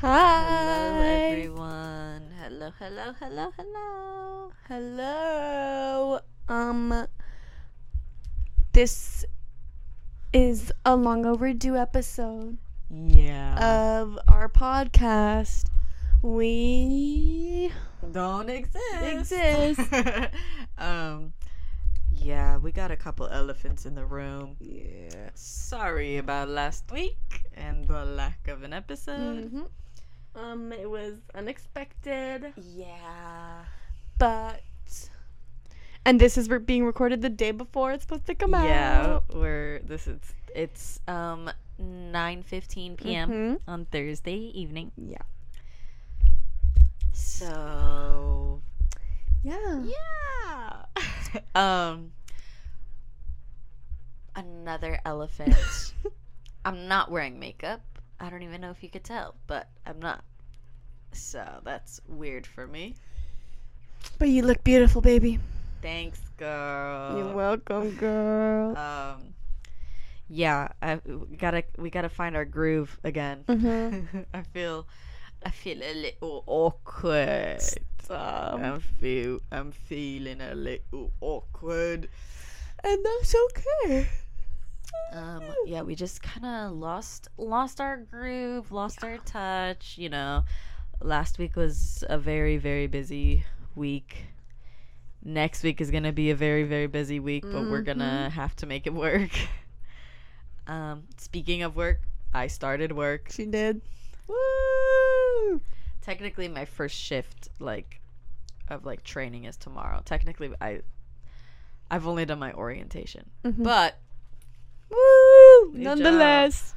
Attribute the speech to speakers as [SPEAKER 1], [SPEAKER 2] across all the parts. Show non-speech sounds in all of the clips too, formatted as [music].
[SPEAKER 1] Hello,
[SPEAKER 2] Hi.
[SPEAKER 1] everyone. Hello, hello, hello, hello.
[SPEAKER 2] Hello. Um this is a long overdue episode
[SPEAKER 1] Yeah.
[SPEAKER 2] of our podcast. We
[SPEAKER 1] Don't exist.
[SPEAKER 2] Exist.
[SPEAKER 1] [laughs] um. Yeah, we got a couple elephants in the room.
[SPEAKER 2] Yeah.
[SPEAKER 1] Sorry about last week and the lack of an episode.
[SPEAKER 2] hmm Um it was unexpected,
[SPEAKER 1] Yeah.
[SPEAKER 2] but and this is re- being recorded the day before it's supposed to come
[SPEAKER 1] Mm-hmm. Yeah,
[SPEAKER 2] out.
[SPEAKER 1] we're this is it's um 9:15 p.m.
[SPEAKER 2] Mhm.
[SPEAKER 1] on Thursday evening.
[SPEAKER 2] Yeah.
[SPEAKER 1] So
[SPEAKER 2] Yeah.
[SPEAKER 1] Yeah. [laughs] um another elephant.
[SPEAKER 2] [laughs]
[SPEAKER 1] I'm not wearing makeup. I don't even know if you could tell, but I'm not. So that's weird for me.
[SPEAKER 2] [laughs] But you look beautiful, baby.
[SPEAKER 1] Thanks, girl.
[SPEAKER 2] You're welcome, girl.
[SPEAKER 1] Um yeah, I we gotta we gotta find our groove again.
[SPEAKER 2] Mhm.
[SPEAKER 1] [laughs] I feel I feel a little awkward.
[SPEAKER 2] Stop.
[SPEAKER 1] I'm feel I'm feeling a little awkward.
[SPEAKER 2] And that's okay.
[SPEAKER 1] Um, yeah, we just kind of lost lost our groove, lost our touch. You know, last week was a very very busy week. Next week is gonna be a very very busy week, but we're gonna have to make it work. [laughs] um, speaking of work, I started work.
[SPEAKER 2] She did. Woo!
[SPEAKER 1] Technically, my first shift like of like training is tomorrow. Technically, I I've only done my orientation,
[SPEAKER 2] Mhm.
[SPEAKER 1] but
[SPEAKER 2] Woo!
[SPEAKER 1] Good
[SPEAKER 2] Nonetheless.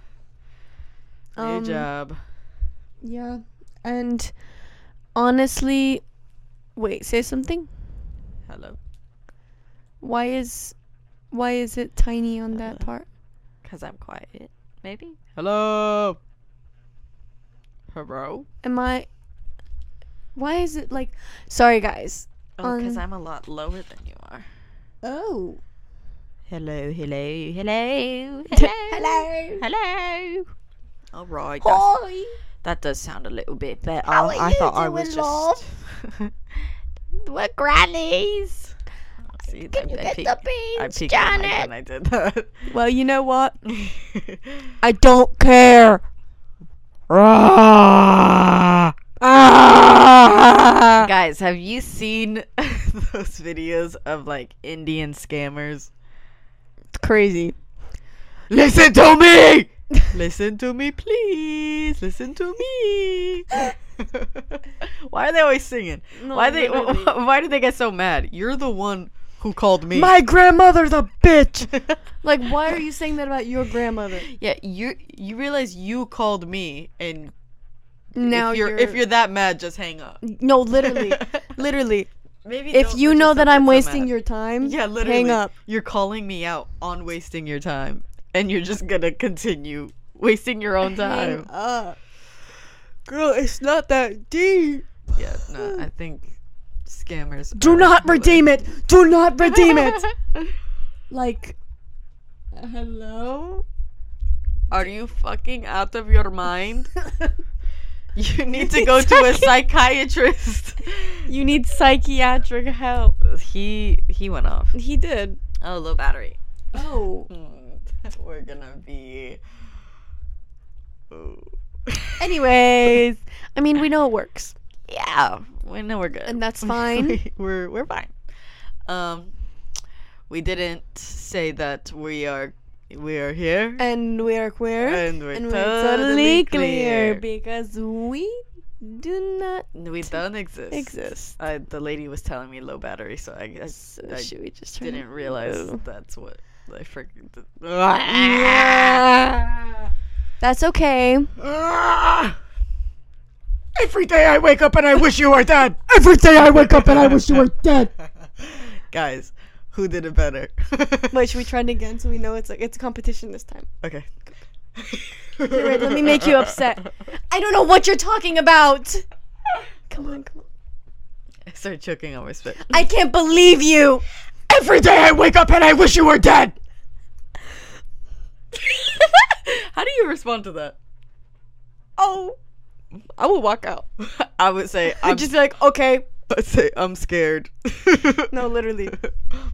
[SPEAKER 1] new
[SPEAKER 2] Um,
[SPEAKER 1] job.
[SPEAKER 2] Yeah. And honestly, wait, say something.
[SPEAKER 1] Hello.
[SPEAKER 2] Why is why is it tiny on that part?
[SPEAKER 1] Because I'm quiet. Maybe. Hello. Hello.
[SPEAKER 2] Am I Why is it like Sorry guys.
[SPEAKER 1] Oh, because
[SPEAKER 2] Um,
[SPEAKER 1] I'm a lot lower than you are.
[SPEAKER 2] Oh.
[SPEAKER 1] Hello, hello, hello,
[SPEAKER 2] Hello.
[SPEAKER 1] hello. All right. That's,
[SPEAKER 2] Hi.
[SPEAKER 1] that does sound a little bit better.
[SPEAKER 2] How are
[SPEAKER 1] um, I
[SPEAKER 2] you
[SPEAKER 1] thought I
[SPEAKER 2] doing,
[SPEAKER 1] was
[SPEAKER 2] love?
[SPEAKER 1] just. [laughs] We're grannies. See, I, I peeked- I
[SPEAKER 2] beans,
[SPEAKER 1] peeked the mic when I did that.
[SPEAKER 2] Well, you know what? I don't care. Ah!
[SPEAKER 1] [laughs] Guys, have you seen [laughs] those videos of like Indian scammers?
[SPEAKER 2] It's crazy.
[SPEAKER 1] Listen to me! Listen to me, please. Listen to me. [laughs] why are they always singing?
[SPEAKER 2] No,
[SPEAKER 1] why they?
[SPEAKER 2] literally.
[SPEAKER 1] [laughs] Why did they get so mad? You're the one who called me. [laughs]
[SPEAKER 2] My grandmother's a bitch. Like, why are you saying that about your grandmother?
[SPEAKER 1] yeah, you you realize you called me, and
[SPEAKER 2] Now
[SPEAKER 1] if you're, if you're that mad, just hang up.
[SPEAKER 2] no, [laughs] literally, literally.
[SPEAKER 1] [laughs] Maybe
[SPEAKER 2] If
[SPEAKER 1] don't
[SPEAKER 2] you
[SPEAKER 1] make
[SPEAKER 2] know
[SPEAKER 1] yourself
[SPEAKER 2] that
[SPEAKER 1] get
[SPEAKER 2] I'm
[SPEAKER 1] so
[SPEAKER 2] wasting
[SPEAKER 1] mad.
[SPEAKER 2] your time,
[SPEAKER 1] [laughs] yeah, literally,
[SPEAKER 2] hang up.
[SPEAKER 1] You're calling me out on wasting your time, and you're just gonna continue wasting your own time.
[SPEAKER 2] Hang up, girl. It's not that deep.
[SPEAKER 1] Yeah, no, I think scammers.
[SPEAKER 2] Do not redeem it. Do not redeem [laughs] it. Like, [laughs] hello.
[SPEAKER 1] [laughs] Are you fucking out of your
[SPEAKER 2] [laughs]
[SPEAKER 1] mind? You need to go to a psychiatrist.
[SPEAKER 2] you need psychiatric help.
[SPEAKER 1] he he went off.
[SPEAKER 2] He did.
[SPEAKER 1] Oh, low battery. [laughs]
[SPEAKER 2] Oh.
[SPEAKER 1] Mm, We're gonna be. Oh.
[SPEAKER 2] Anyways, I mean, we know it works,
[SPEAKER 1] [laughs] Yeah, we know we're good,
[SPEAKER 2] and [laughs] that's fine.
[SPEAKER 1] We- [laughs] we're we're fine. Um, we didn't say that we are we are here.
[SPEAKER 2] and we are queer.
[SPEAKER 1] And we're
[SPEAKER 2] and we're totally
[SPEAKER 1] totally
[SPEAKER 2] clear
[SPEAKER 1] clear.
[SPEAKER 2] because we do not
[SPEAKER 1] We don't exist.
[SPEAKER 2] exist.
[SPEAKER 1] I, the lady was telling me low battery, so I guess
[SPEAKER 2] So
[SPEAKER 1] I
[SPEAKER 2] should we just turn
[SPEAKER 1] didn't
[SPEAKER 2] it-
[SPEAKER 1] realize
[SPEAKER 2] Oh.
[SPEAKER 1] that's what I freaking. Did.
[SPEAKER 2] Yeah. That's okay.
[SPEAKER 1] Ah! Every day I wake up and I wish you were dead. [laughs]
[SPEAKER 2] Every day I wake up and I wish you were dead.
[SPEAKER 1] Guys, who did it better? [laughs]
[SPEAKER 2] Wait, should we try it again so we know it's like it's a competition this time?
[SPEAKER 1] Okay.
[SPEAKER 2] Wait, let me make you [laughs] upset. I don't know what you're talking about. Come on, come on.
[SPEAKER 1] I started choking on
[SPEAKER 2] [laughs]
[SPEAKER 1] my spit.
[SPEAKER 2] I can't believe you.
[SPEAKER 1] Every day I wake up and I wish you were dead. How do you respond to that?
[SPEAKER 2] Oh,
[SPEAKER 1] I would walk out. [laughs] I would say I'm [laughs]
[SPEAKER 2] just be like, okay,
[SPEAKER 1] I'd say I'm scared. [laughs]
[SPEAKER 2] no, [laughs] literally,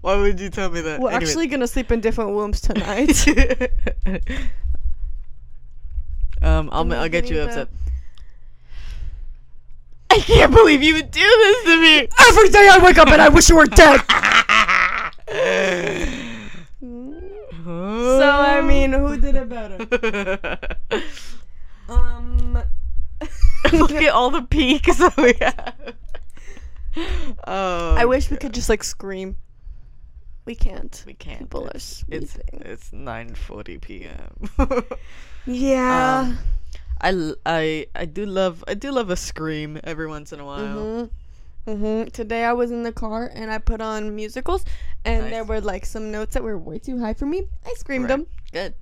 [SPEAKER 1] Why would you tell me that?
[SPEAKER 2] we're
[SPEAKER 1] Anyway.
[SPEAKER 2] actually gonna sleep in different rooms [laughs] tonight.
[SPEAKER 1] [laughs] um, I'll,
[SPEAKER 2] I'm
[SPEAKER 1] I'll get you
[SPEAKER 2] getting
[SPEAKER 1] upset.
[SPEAKER 2] the-
[SPEAKER 1] I can't believe you would do this to [laughs] me.
[SPEAKER 2] Every day I wake up and I wish you were
[SPEAKER 3] [laughs]
[SPEAKER 2] dead. So I mean, who did it [laughs] better? Um,
[SPEAKER 1] [laughs] Look at all the peaks that we have. Oh,
[SPEAKER 2] I wish we could just like scream. We can't.
[SPEAKER 1] we can't.
[SPEAKER 2] People are
[SPEAKER 1] It's
[SPEAKER 2] sleeping.
[SPEAKER 1] it's 9:40 p.m.
[SPEAKER 2] yeah.
[SPEAKER 1] Um, [laughs] I, l- I I do love I do love a scream every once in a while.
[SPEAKER 2] Mm-hmm. Mm-hmm. Today I was in the car and I put on musicals, and
[SPEAKER 1] Nice.
[SPEAKER 2] there were like some notes that were way too high for me. I screamed
[SPEAKER 1] Right.
[SPEAKER 2] them,
[SPEAKER 1] Good.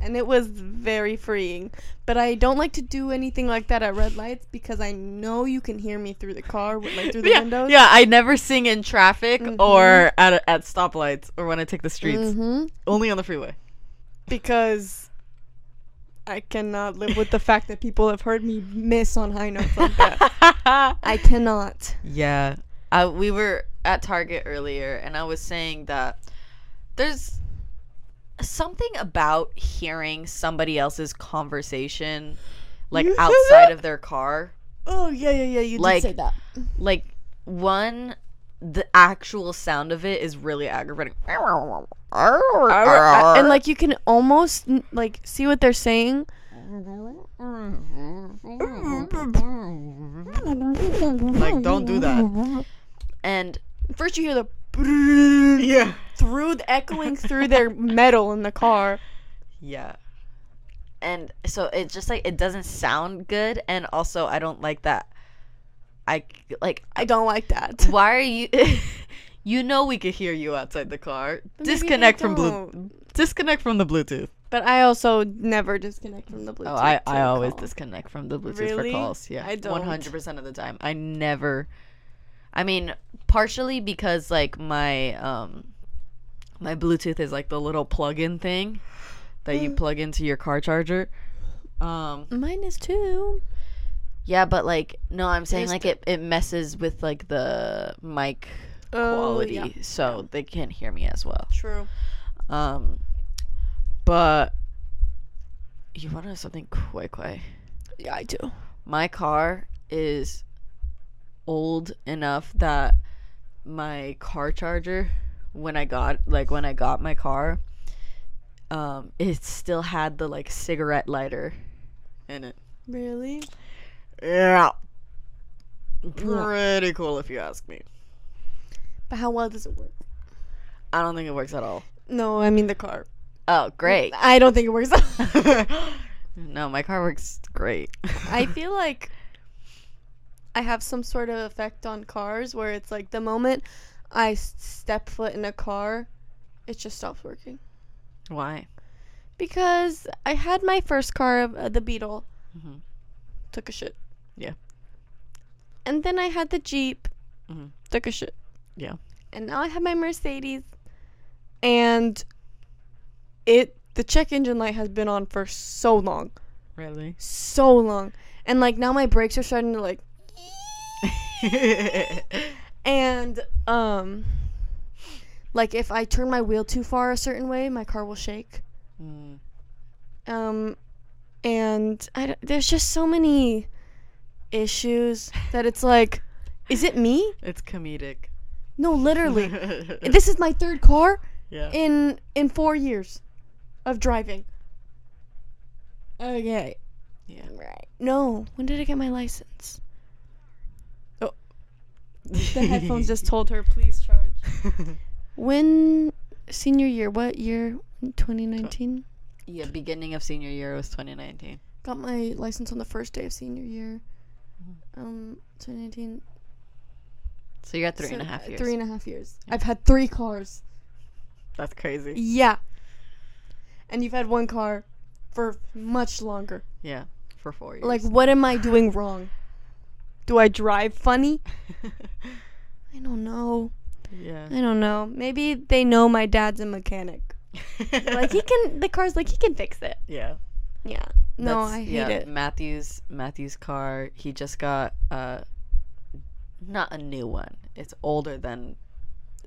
[SPEAKER 2] and it was very freeing. But I don't like to do anything like that at red lights because I know you can hear me through the car, with- like [laughs] through the
[SPEAKER 1] yeah,
[SPEAKER 2] windows.
[SPEAKER 1] yeah. I never sing in traffic
[SPEAKER 4] Mm-hmm.
[SPEAKER 1] or at at stoplights or when I take the streets.
[SPEAKER 2] Mm-hmm.
[SPEAKER 1] Only on the freeway. [laughs]
[SPEAKER 2] Because I cannot live with the fact that people have heard me miss on high notes like that. [laughs] I cannot.
[SPEAKER 1] yeah. I,
[SPEAKER 4] Uh,
[SPEAKER 1] we were at Target earlier, and I was saying that
[SPEAKER 4] there's something about hearing somebody else's conversation like
[SPEAKER 2] You said
[SPEAKER 4] outside
[SPEAKER 2] that?
[SPEAKER 4] of their car
[SPEAKER 2] Oh yeah, yeah, yeah. You
[SPEAKER 4] Like-
[SPEAKER 2] did say that.
[SPEAKER 4] like one the actual sound of it is really aggravating
[SPEAKER 2] I- and like you can almost n- like see what they're saying.
[SPEAKER 1] like don't do that.
[SPEAKER 4] [laughs] and
[SPEAKER 2] First, you hear the brrrr
[SPEAKER 1] Yeah.
[SPEAKER 2] through the echoing through their metal in the car.
[SPEAKER 1] Yeah.
[SPEAKER 4] and so it just like it doesn't sound good and also i don't like that i c-
[SPEAKER 1] [laughs]
[SPEAKER 4] like
[SPEAKER 2] I don't like that.
[SPEAKER 4] why are you [laughs] you know we could hear you outside the car
[SPEAKER 2] they
[SPEAKER 4] disconnect from blue
[SPEAKER 2] don't.
[SPEAKER 1] Disconnect from the Bluetooth.
[SPEAKER 2] But I also never disconnect from the Bluetooth.
[SPEAKER 4] Oh, I,
[SPEAKER 2] to
[SPEAKER 4] I
[SPEAKER 2] the
[SPEAKER 4] always
[SPEAKER 2] call.
[SPEAKER 4] disconnect from the Bluetooth
[SPEAKER 2] Really?
[SPEAKER 4] for calls. Yeah,
[SPEAKER 2] I don't.
[SPEAKER 4] One hundred percent of the time, I never. I mean, partially because like my um, my Bluetooth is like the little plug-in thing that
[SPEAKER 2] Mm.
[SPEAKER 4] you plug into your car charger. Um.
[SPEAKER 2] Mine is too.
[SPEAKER 4] Yeah, but like no, I'm saying
[SPEAKER 2] There's
[SPEAKER 4] like it it messes with like the mic quality,
[SPEAKER 2] Oh, yeah.
[SPEAKER 4] so they can't hear me as well.
[SPEAKER 2] True.
[SPEAKER 4] Um. But you want to know something quick, quick.
[SPEAKER 2] Yeah, I do.
[SPEAKER 4] my car is old enough that my car charger when I got like when I got my car um it still had the like cigarette lighter
[SPEAKER 1] In it.
[SPEAKER 2] Really?
[SPEAKER 1] Yeah. Pretty cool if you ask me.
[SPEAKER 2] But how well does it work?
[SPEAKER 1] I don't think it works at all.
[SPEAKER 2] No, I mean the car.
[SPEAKER 4] oh
[SPEAKER 1] [laughs]
[SPEAKER 4] great
[SPEAKER 2] I don't think it works. [laughs]
[SPEAKER 4] no my car works great
[SPEAKER 2] I feel like I have some sort of effect on cars where it's like the moment I s- step foot in a car, it just stops working.
[SPEAKER 4] [laughs] why
[SPEAKER 2] Because I had my first car, uh, the Beetle,
[SPEAKER 4] Mhm.
[SPEAKER 2] took a shit.
[SPEAKER 1] Mm-hmm. Yeah.
[SPEAKER 2] And then I had the Jeep,
[SPEAKER 1] Mhm.
[SPEAKER 2] took a shit.
[SPEAKER 1] Yeah.
[SPEAKER 2] And now I have my Mercedes, and it the check engine light has been on for so long
[SPEAKER 4] [laughs]
[SPEAKER 1] Really?
[SPEAKER 2] so long. And like now my brakes are starting to like and um like if I turn my wheel too far a certain way, my car will shake.
[SPEAKER 1] Mm.
[SPEAKER 2] Um and I don't- there's just so many issues that it's like is it me?
[SPEAKER 1] It's comedic.
[SPEAKER 2] No,
[SPEAKER 4] [laughs]
[SPEAKER 2] [laughs] literally. this is my third car
[SPEAKER 1] yeah.
[SPEAKER 2] in in 4 years of driving.
[SPEAKER 1] [laughs]
[SPEAKER 2] Okay.
[SPEAKER 1] Yeah.
[SPEAKER 2] Right. No, when did I get my license? The headphones
[SPEAKER 1] [laughs]
[SPEAKER 2] [laughs] just told her, please charge. When senior year? What year? 2019.
[SPEAKER 4] yeah beginning of senior year was 2019
[SPEAKER 2] Got my license on the first day of senior year. Um, 2019.
[SPEAKER 4] so you're at three
[SPEAKER 2] So,
[SPEAKER 4] and a half
[SPEAKER 2] uh,
[SPEAKER 4] years
[SPEAKER 2] Three and a half years. I've had three cars.
[SPEAKER 1] That's crazy.
[SPEAKER 2] Yeah. And you've had one car for much longer.
[SPEAKER 1] Yeah. For four years.
[SPEAKER 2] Like, what am I doing wrong? Do I drive funny? I don't know.
[SPEAKER 1] [laughs] yeah.
[SPEAKER 2] I don't know. Maybe they know my dad's a mechanic. Like he can. The car's like he can fix it.
[SPEAKER 1] [laughs] yeah.
[SPEAKER 2] Yeah. No,
[SPEAKER 1] That's-
[SPEAKER 2] I hate
[SPEAKER 1] yeah,
[SPEAKER 2] it.
[SPEAKER 1] Matthew's Matthew's car. He just got uh, not a new one. It's older than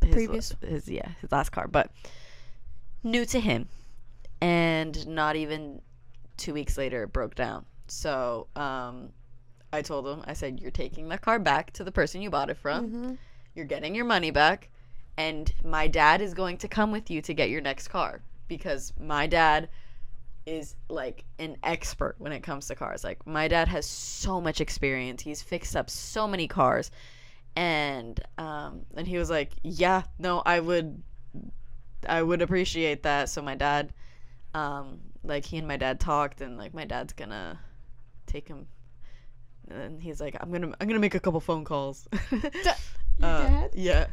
[SPEAKER 1] his,
[SPEAKER 2] previous?
[SPEAKER 1] His yeah, his last car, but new to him, and not even two weeks later it broke down. So um, I told him, I said, "You're taking the car back to the person you bought it from.
[SPEAKER 2] Mhm.
[SPEAKER 1] You're getting your money back, and my dad is going to come with you to get your next car because my dad." is like an expert when it comes to cars. Like my dad has so much experience. He's fixed up so many cars. And um and he was like, "Yeah, no, I would I would appreciate that." So my dad um like he and my dad talked and like my dad's going to take him and he's like, "I'm going to I'm going to make a couple phone calls." [laughs]
[SPEAKER 2] Your
[SPEAKER 1] Uh,
[SPEAKER 2] dad?
[SPEAKER 1] Yeah.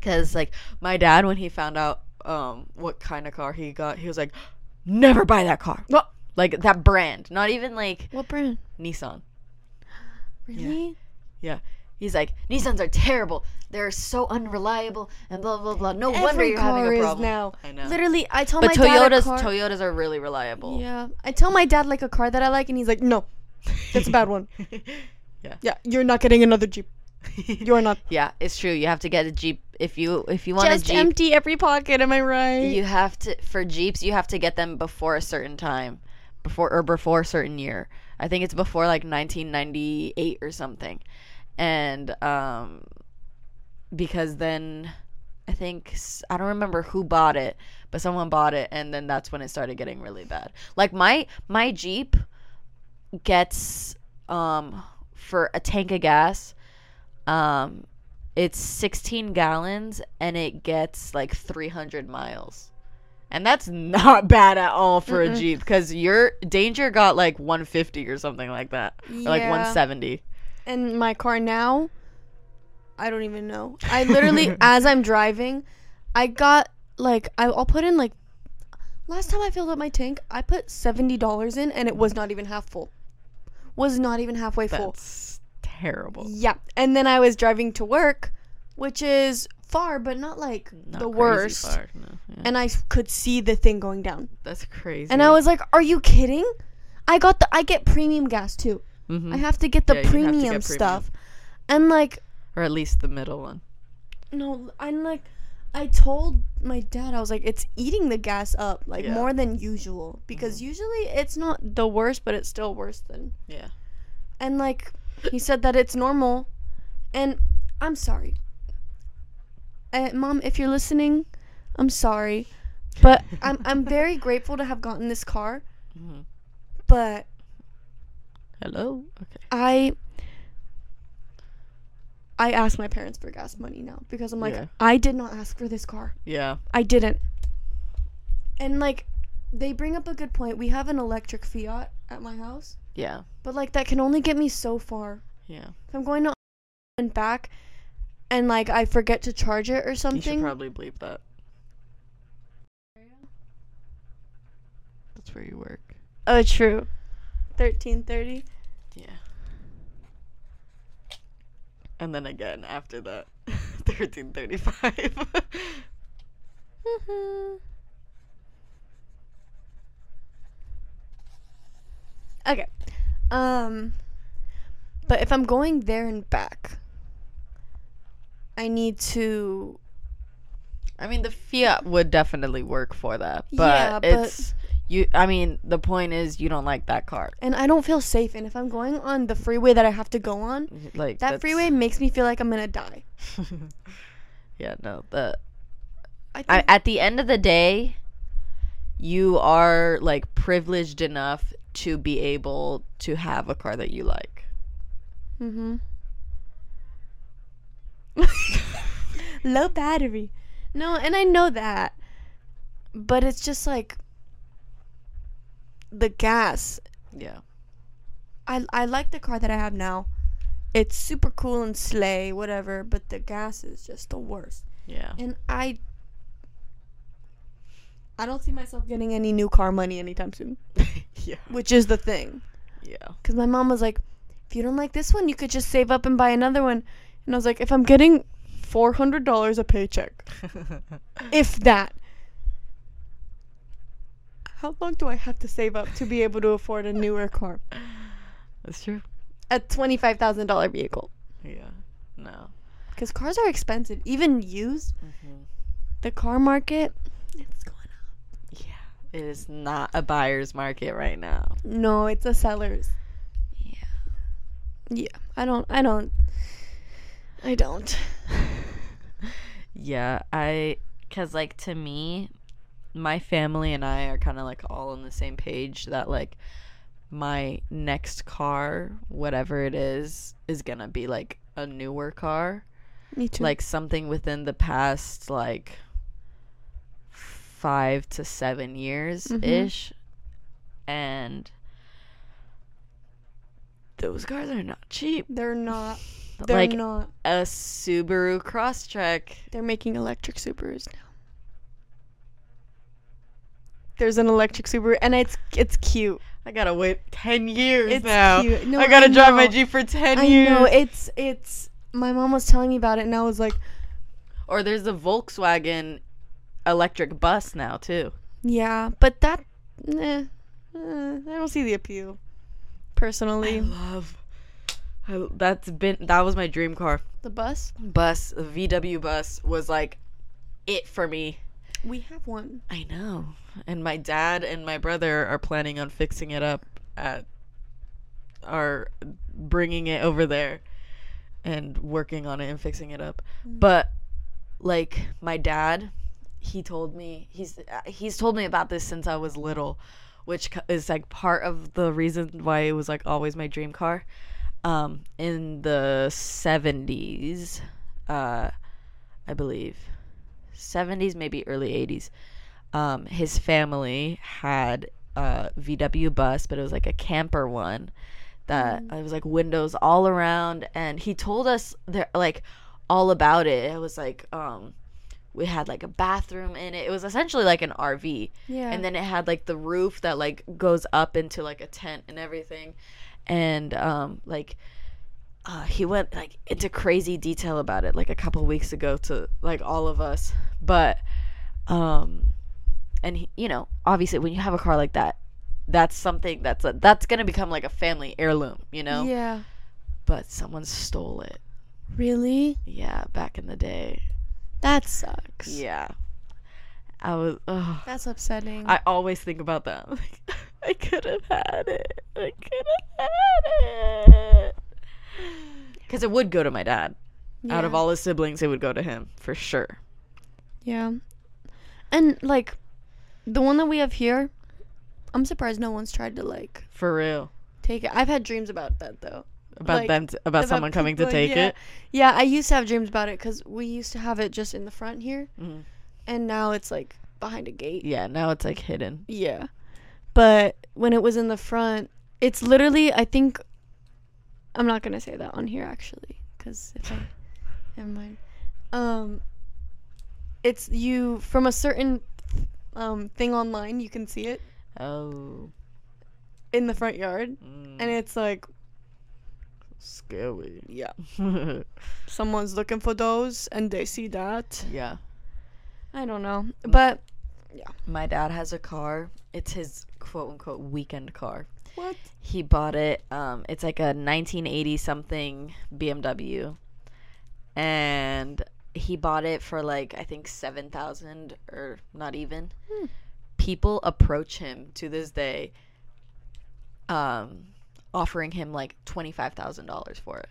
[SPEAKER 1] Cuz like my dad when he found out um what kind of car he got, he was like, "Never buy that car." Like that brand, not even like
[SPEAKER 2] What brand?
[SPEAKER 1] Nissan.
[SPEAKER 2] Really?
[SPEAKER 1] He's like, "Nissans are terrible. They're so unreliable and blah blah blah. No wonder
[SPEAKER 2] Every
[SPEAKER 1] you're having
[SPEAKER 2] car
[SPEAKER 1] a
[SPEAKER 2] is
[SPEAKER 1] problem."
[SPEAKER 2] now.
[SPEAKER 1] I know.
[SPEAKER 2] Literally, I tell
[SPEAKER 1] but
[SPEAKER 2] my dad a
[SPEAKER 1] Toyotas
[SPEAKER 2] car-
[SPEAKER 1] Toyotas are really reliable.
[SPEAKER 2] Yeah, I tell my dad like a car that I like, and he's like, "No, that's a bad
[SPEAKER 1] [laughs]
[SPEAKER 2] one. Yeah, you're not getting another Jeep. You're not."
[SPEAKER 1] yeah, it's true. You have to get a Jeep if you if you want
[SPEAKER 2] Just
[SPEAKER 1] a Jeep.
[SPEAKER 2] empty every pocket. Am I right?
[SPEAKER 1] You have to for Jeeps, you have to get them before a certain time, before or before a certain year. I think it's before like 1998 or something. And um because then I think s- I don't remember who bought it, but someone bought it and then that's when it started getting really bad. Like my my Jeep gets um for a tank of gas um it's 16 gallons and it gets like 300 miles and that's not [laughs] bad at all for a jeep because your danger got like 150 or something like that or like
[SPEAKER 2] Yeah.
[SPEAKER 1] 170
[SPEAKER 2] and my car now i don't even know [laughs] i literally as i'm driving i got like I- i'll put in like last time i filled up my tank i put $70 in and it was not even half full was not even halfway full
[SPEAKER 1] that's terrible
[SPEAKER 2] yeah and then i was driving to work which is far but not like
[SPEAKER 1] Not
[SPEAKER 2] the
[SPEAKER 1] crazy
[SPEAKER 2] worst
[SPEAKER 1] far, no. Yeah,
[SPEAKER 2] and i s- could see the thing going down
[SPEAKER 1] that's crazy
[SPEAKER 2] and i was like are you kidding i got the i get premium gas too
[SPEAKER 1] Mhm.
[SPEAKER 2] i have to get the
[SPEAKER 1] Yeah, you have to get
[SPEAKER 2] premium
[SPEAKER 1] premium.
[SPEAKER 2] stuff and like
[SPEAKER 1] or at least the middle one
[SPEAKER 2] No, I'm like, I told my dad, I was like, it's eating the gas up, like
[SPEAKER 1] Yeah. Mm-hmm.
[SPEAKER 2] more than usual. Because usually it's not the worst, but it's still worse than.
[SPEAKER 1] Yeah.
[SPEAKER 2] And like, he said that it's normal. And I'm sorry. Uh, Mom, if you're listening, I'm sorry. But I'm, I'm very grateful to have gotten this car.
[SPEAKER 1] Mhm.
[SPEAKER 2] But
[SPEAKER 1] hello okay
[SPEAKER 2] I. I ask my parents for gas money now because I'm like,
[SPEAKER 1] Yeah.
[SPEAKER 2] I did not ask for this car.
[SPEAKER 1] yeah
[SPEAKER 2] I didn't. And like, they bring up a good point. We have an electric Fiat at my house,
[SPEAKER 1] yeah
[SPEAKER 2] but like that can only get me so far.
[SPEAKER 1] yeah
[SPEAKER 2] If I'm going to and back, and like I forget to charge it or
[SPEAKER 1] you should
[SPEAKER 2] something.
[SPEAKER 1] probably bleep that that's where you work
[SPEAKER 2] oh, true. Thirteen thirty.
[SPEAKER 1] Yeah. And then again after that, [laughs] thirteen thirty-five. [laughs]
[SPEAKER 2] Mm-hmm. Okay. Um. But if I'm going there and back, I need to.
[SPEAKER 1] I mean, the Fiat would definitely work for that, but
[SPEAKER 2] Yeah, but-
[SPEAKER 1] it's you. I mean, the point is you don't like that car.
[SPEAKER 2] And I don't feel safe. And if I'm going on the freeway that I have to go on,
[SPEAKER 1] Like
[SPEAKER 2] that
[SPEAKER 1] that's-
[SPEAKER 2] freeway makes me feel like I'm gonna die.
[SPEAKER 1] yeah, no. The
[SPEAKER 2] I think
[SPEAKER 1] I, at the end of the day, you are like privileged enough to be able to have a car that you [laughs] like.
[SPEAKER 2] Mm-hmm. Low battery. No, and I know that. But it's just like the gas.
[SPEAKER 1] Yeah.
[SPEAKER 2] I I like the car that I have now. It's super cool and sleigh, whatever, but the gas is just the worst.
[SPEAKER 1] Yeah. [laughs]
[SPEAKER 2] And I I don't see myself getting any new car money anytime soon,
[SPEAKER 1] yeah.
[SPEAKER 2] which is the thing.
[SPEAKER 1] Yeah.
[SPEAKER 5] [laughs]
[SPEAKER 2] Because my mom was like, if you don't like this one, you could just save up and buy another one. And I was like, if I'm getting $400 a paycheck, if that, how long do I have to save up to be able to afford a newer car?
[SPEAKER 5] That's true.
[SPEAKER 2] A twenty-five thousand dollar vehicle,
[SPEAKER 5] Yeah. No.
[SPEAKER 2] because cars are expensive, even used. The car market, it's going up.
[SPEAKER 5] It is not a buyer's market right now.
[SPEAKER 2] No, it's a seller's. Yeah. Yeah. I don't. I don't. I don't.
[SPEAKER 1] Yeah, I cuz like to me my family and I are kind of like all on the same page that like my next car, whatever it is, is going to be like a newer car,
[SPEAKER 2] Me too.
[SPEAKER 1] like something within the past like 5 to 7 years ish.
[SPEAKER 2] Mm-hmm.
[SPEAKER 1] And those cars are not cheap.
[SPEAKER 2] they're [sighs] not. They're
[SPEAKER 1] like,
[SPEAKER 2] not.
[SPEAKER 1] A Subaru Crosstrek
[SPEAKER 2] They're making electric Subarus now. There's an electric Subaru, and it's it's cute.
[SPEAKER 5] I gotta wait ten years
[SPEAKER 2] It's
[SPEAKER 5] now.
[SPEAKER 2] cute. No,
[SPEAKER 5] I gotta
[SPEAKER 2] I
[SPEAKER 5] drive my
[SPEAKER 2] know.
[SPEAKER 5] Jeep for ten
[SPEAKER 2] I
[SPEAKER 5] years.
[SPEAKER 2] know it's it's. My mom was telling me about it, and I was like,
[SPEAKER 1] Or there's a Volkswagen electric bus now too.
[SPEAKER 2] yeah, but that, nah, uh, I don't see the appeal. Personally,
[SPEAKER 1] Love. I- That's been that was my dream car.
[SPEAKER 2] the bus
[SPEAKER 1] Bus, a VW bus was like it for me.
[SPEAKER 2] we have one.
[SPEAKER 1] I know. And my dad and my brother are planning on fixing it up at are bringing it over there and working on it and fixing it up. But like my dad, he told me he's uh, he's told me about this since I was little, which co- is like part of the reason why it was like always my dream car. Um in the 70s, uh I believe 70s maybe early 80s um, his family had a VW bus, but it was like a camper one that it was like windows all around. And he told us there like all about it. It was like um, we had like a bathroom in it. It was essentially like an RV,
[SPEAKER 2] Yeah,
[SPEAKER 1] and then it had like the roof that like goes up into like a tent and everything. And um, like uh, he went like into crazy detail about it like a couple weeks ago to like all of us, but um and he, you know obviously when you have a car like that that's something that's a, that's gonna become like a family heirloom you know
[SPEAKER 2] yeah,
[SPEAKER 1] but someone stole it
[SPEAKER 2] really,
[SPEAKER 1] yeah back in the day
[SPEAKER 2] that sucks.
[SPEAKER 1] yeah i was ugh.
[SPEAKER 2] That's upsetting.
[SPEAKER 1] i always think about that [laughs] I'm like, i could have had it i could have had it because it would go to my dad out of
[SPEAKER 2] Yeah.
[SPEAKER 1] all his siblings it would go to him for sure
[SPEAKER 2] Yeah. And like the one that we have here, I'm surprised no one's tried to like
[SPEAKER 1] for real
[SPEAKER 2] take it. I've had dreams about that though.
[SPEAKER 1] about
[SPEAKER 2] Like,
[SPEAKER 1] them t- about, someone coming to
[SPEAKER 2] people-
[SPEAKER 1] take
[SPEAKER 2] yeah.
[SPEAKER 1] it
[SPEAKER 2] Yeah, I used to have dreams about it cuz we used to have it just in the front here.
[SPEAKER 1] Mhm.
[SPEAKER 2] And now it's like behind a gate.
[SPEAKER 1] yeah now it's like hidden
[SPEAKER 2] Yeah. But when it was in the front, it's literally I think I'm not going to say that on here actually cuz if I [laughs] never mind. Um it's you from a certain um thing online, you can see it.
[SPEAKER 1] oh
[SPEAKER 2] in the front yard
[SPEAKER 1] mm,
[SPEAKER 2] and it's like
[SPEAKER 1] scary [laughs]
[SPEAKER 2] yeah
[SPEAKER 1] yeah.
[SPEAKER 2] someone's looking for those and they see that i don't know but
[SPEAKER 1] My dad has a car. It's his quote unquote weekend car.
[SPEAKER 2] what
[SPEAKER 1] He bought it. Um, it's like a 1980 something BMW. And he bought it for like, I think 7,000 or not even.
[SPEAKER 2] Hmm.
[SPEAKER 1] People approach him to this day um, offering him like $25,000 for it.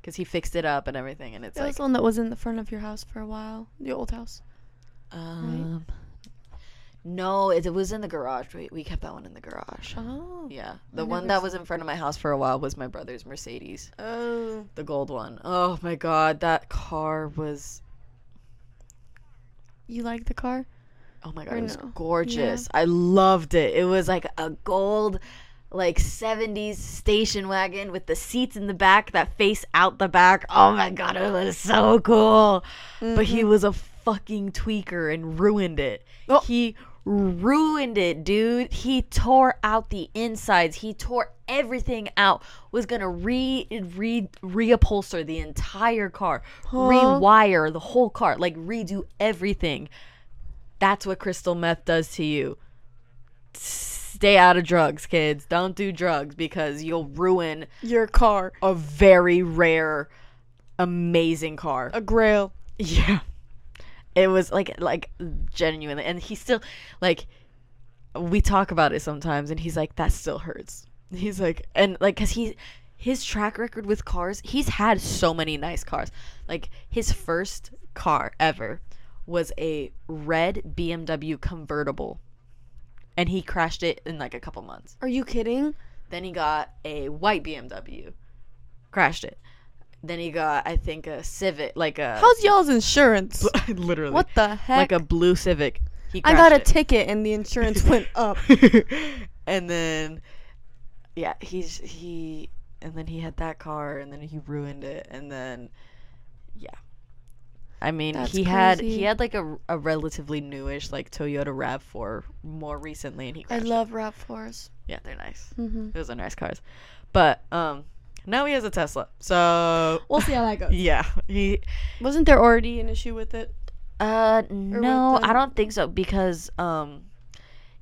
[SPEAKER 1] Because he fixed it up and everything. And it's
[SPEAKER 2] that
[SPEAKER 1] like.
[SPEAKER 2] was the one that was in the front of your house for a while the old house
[SPEAKER 1] Um, no, it, it was in the garage. We we kept that one in the garage.
[SPEAKER 2] oh
[SPEAKER 1] Yeah, the
[SPEAKER 2] I've
[SPEAKER 1] one
[SPEAKER 2] never
[SPEAKER 1] that was in front of my house for a while was my brother's Mercedes,
[SPEAKER 2] oh
[SPEAKER 1] the gold one. Oh my god, that car was
[SPEAKER 2] you like the car
[SPEAKER 1] oh my
[SPEAKER 2] Or
[SPEAKER 1] god, it was
[SPEAKER 2] no.
[SPEAKER 1] gorgeous. I loved it. It was like a gold, like '70s station wagon with the seats in the back that face out the back. Oh my god, it was so cool. But he was a fucking tweaker and ruined it.
[SPEAKER 2] Oh.
[SPEAKER 1] He ruined it, dude. He tore out the insides. He tore everything out. Was gonna re re reupholster the entire car, rewire the whole car, like redo everything. That's what crystal meth does to you. stay out of drugs, kids. Don't do drugs because you'll ruin
[SPEAKER 2] Your car,
[SPEAKER 1] a very rare, amazing car.
[SPEAKER 2] a grail.
[SPEAKER 1] Yeah. It was like like genuinely and he still like we talk about it sometimes and he's like that still hurts. He's like and like cuz he his track record with cars, he's had so many nice cars. Like his first car ever was a red BMW convertible and he crashed it in like a couple months.
[SPEAKER 2] Are you kidding?
[SPEAKER 1] Then he got a white BMW, crashed it. Then he got, I think, a Civic, like a
[SPEAKER 2] [laughs]
[SPEAKER 1] [laughs]
[SPEAKER 2] How's y'all's insurance?
[SPEAKER 1] literally
[SPEAKER 2] What the heck?
[SPEAKER 1] like a blue Civic. He
[SPEAKER 2] I got a
[SPEAKER 1] crashed
[SPEAKER 2] ticket and the insurance
[SPEAKER 1] [laughs]
[SPEAKER 2] went up.
[SPEAKER 1] it. [laughs] and then, yeah, he's he, and then he had that car, and then he ruined it, and then, yeah. I mean,
[SPEAKER 2] That's
[SPEAKER 1] he had
[SPEAKER 2] crazy.
[SPEAKER 1] he had like a, a relatively newish like Toyota Rav Four more recently, and he
[SPEAKER 2] I
[SPEAKER 1] crashed. it.
[SPEAKER 2] love rap 4s
[SPEAKER 1] yeah, they're nice.
[SPEAKER 2] Mm-hmm.
[SPEAKER 1] Those are nice cars. But um now he has a Tesla. So
[SPEAKER 2] We'll see how that goes.
[SPEAKER 1] [laughs] yeah, he
[SPEAKER 2] Wasn't there already an issue with it?
[SPEAKER 1] uh no,
[SPEAKER 2] with
[SPEAKER 1] I
[SPEAKER 2] the-
[SPEAKER 1] don't think so because um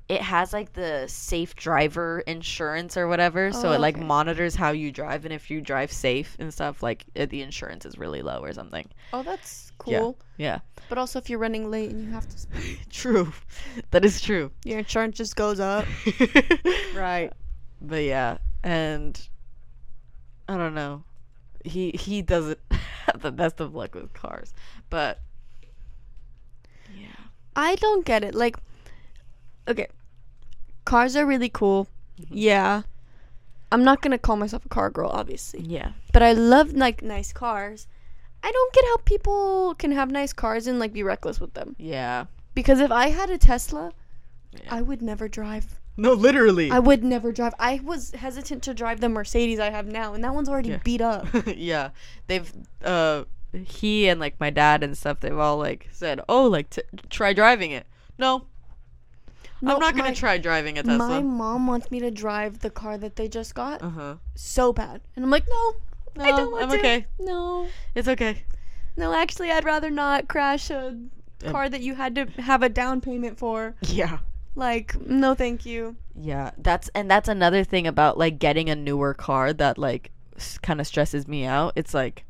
[SPEAKER 1] it has like the safe driver insurance or whatever, so
[SPEAKER 2] Oh,
[SPEAKER 1] it like
[SPEAKER 2] okay.
[SPEAKER 1] monitors how you drive and if you drive safe and stuff like it, the insurance is really low or something.
[SPEAKER 2] Oh, that's
[SPEAKER 1] Yeah.
[SPEAKER 2] cool.
[SPEAKER 1] Yeah. [laughs]
[SPEAKER 2] But also, if you're running late and you have to, sp-
[SPEAKER 1] True. that is true. [laughs]
[SPEAKER 2] your insurance just goes up. Right.
[SPEAKER 1] But yeah, and I don't know. He he doesn't [laughs] have the best of luck with cars, but yeah,
[SPEAKER 2] I don't get it. Like, okay, cars are really cool.
[SPEAKER 1] Mm-hmm.
[SPEAKER 2] Yeah. I'm not gonna call myself a car girl, obviously,
[SPEAKER 1] yeah,
[SPEAKER 2] but I love like nice cars. I don't get how people can have nice cars and like be reckless with them.
[SPEAKER 1] yeah.
[SPEAKER 2] Because if I had a Tesla,
[SPEAKER 1] Yeah.
[SPEAKER 2] I would never drive.
[SPEAKER 1] No, literally.
[SPEAKER 2] I would never drive. I was hesitant to drive the Mercedes I have now, and that one's already
[SPEAKER 1] Yeah.
[SPEAKER 2] beat
[SPEAKER 1] [laughs]
[SPEAKER 2] up.
[SPEAKER 1] yeah, they've uh he and like my dad and stuff. They've all like said, oh, like t- try driving it. No,
[SPEAKER 2] No,
[SPEAKER 1] I'm not gonna
[SPEAKER 2] my-
[SPEAKER 1] try driving a
[SPEAKER 2] My
[SPEAKER 1] Tesla.
[SPEAKER 2] mom wants me to drive the car that they just got
[SPEAKER 1] Uh huh.
[SPEAKER 2] so bad, and I'm like, no,
[SPEAKER 1] No,
[SPEAKER 2] I don't want
[SPEAKER 1] am
[SPEAKER 2] to.
[SPEAKER 1] okay.
[SPEAKER 2] No,
[SPEAKER 1] It's okay.
[SPEAKER 2] no. Actually, I'd rather not crash a
[SPEAKER 1] Um,
[SPEAKER 2] car that you had to have a down payment for.
[SPEAKER 1] Yeah.
[SPEAKER 2] Like, no, thank you.
[SPEAKER 1] Yeah, that's and that's another thing about like getting a newer car that like s- kind of stresses me out. It's like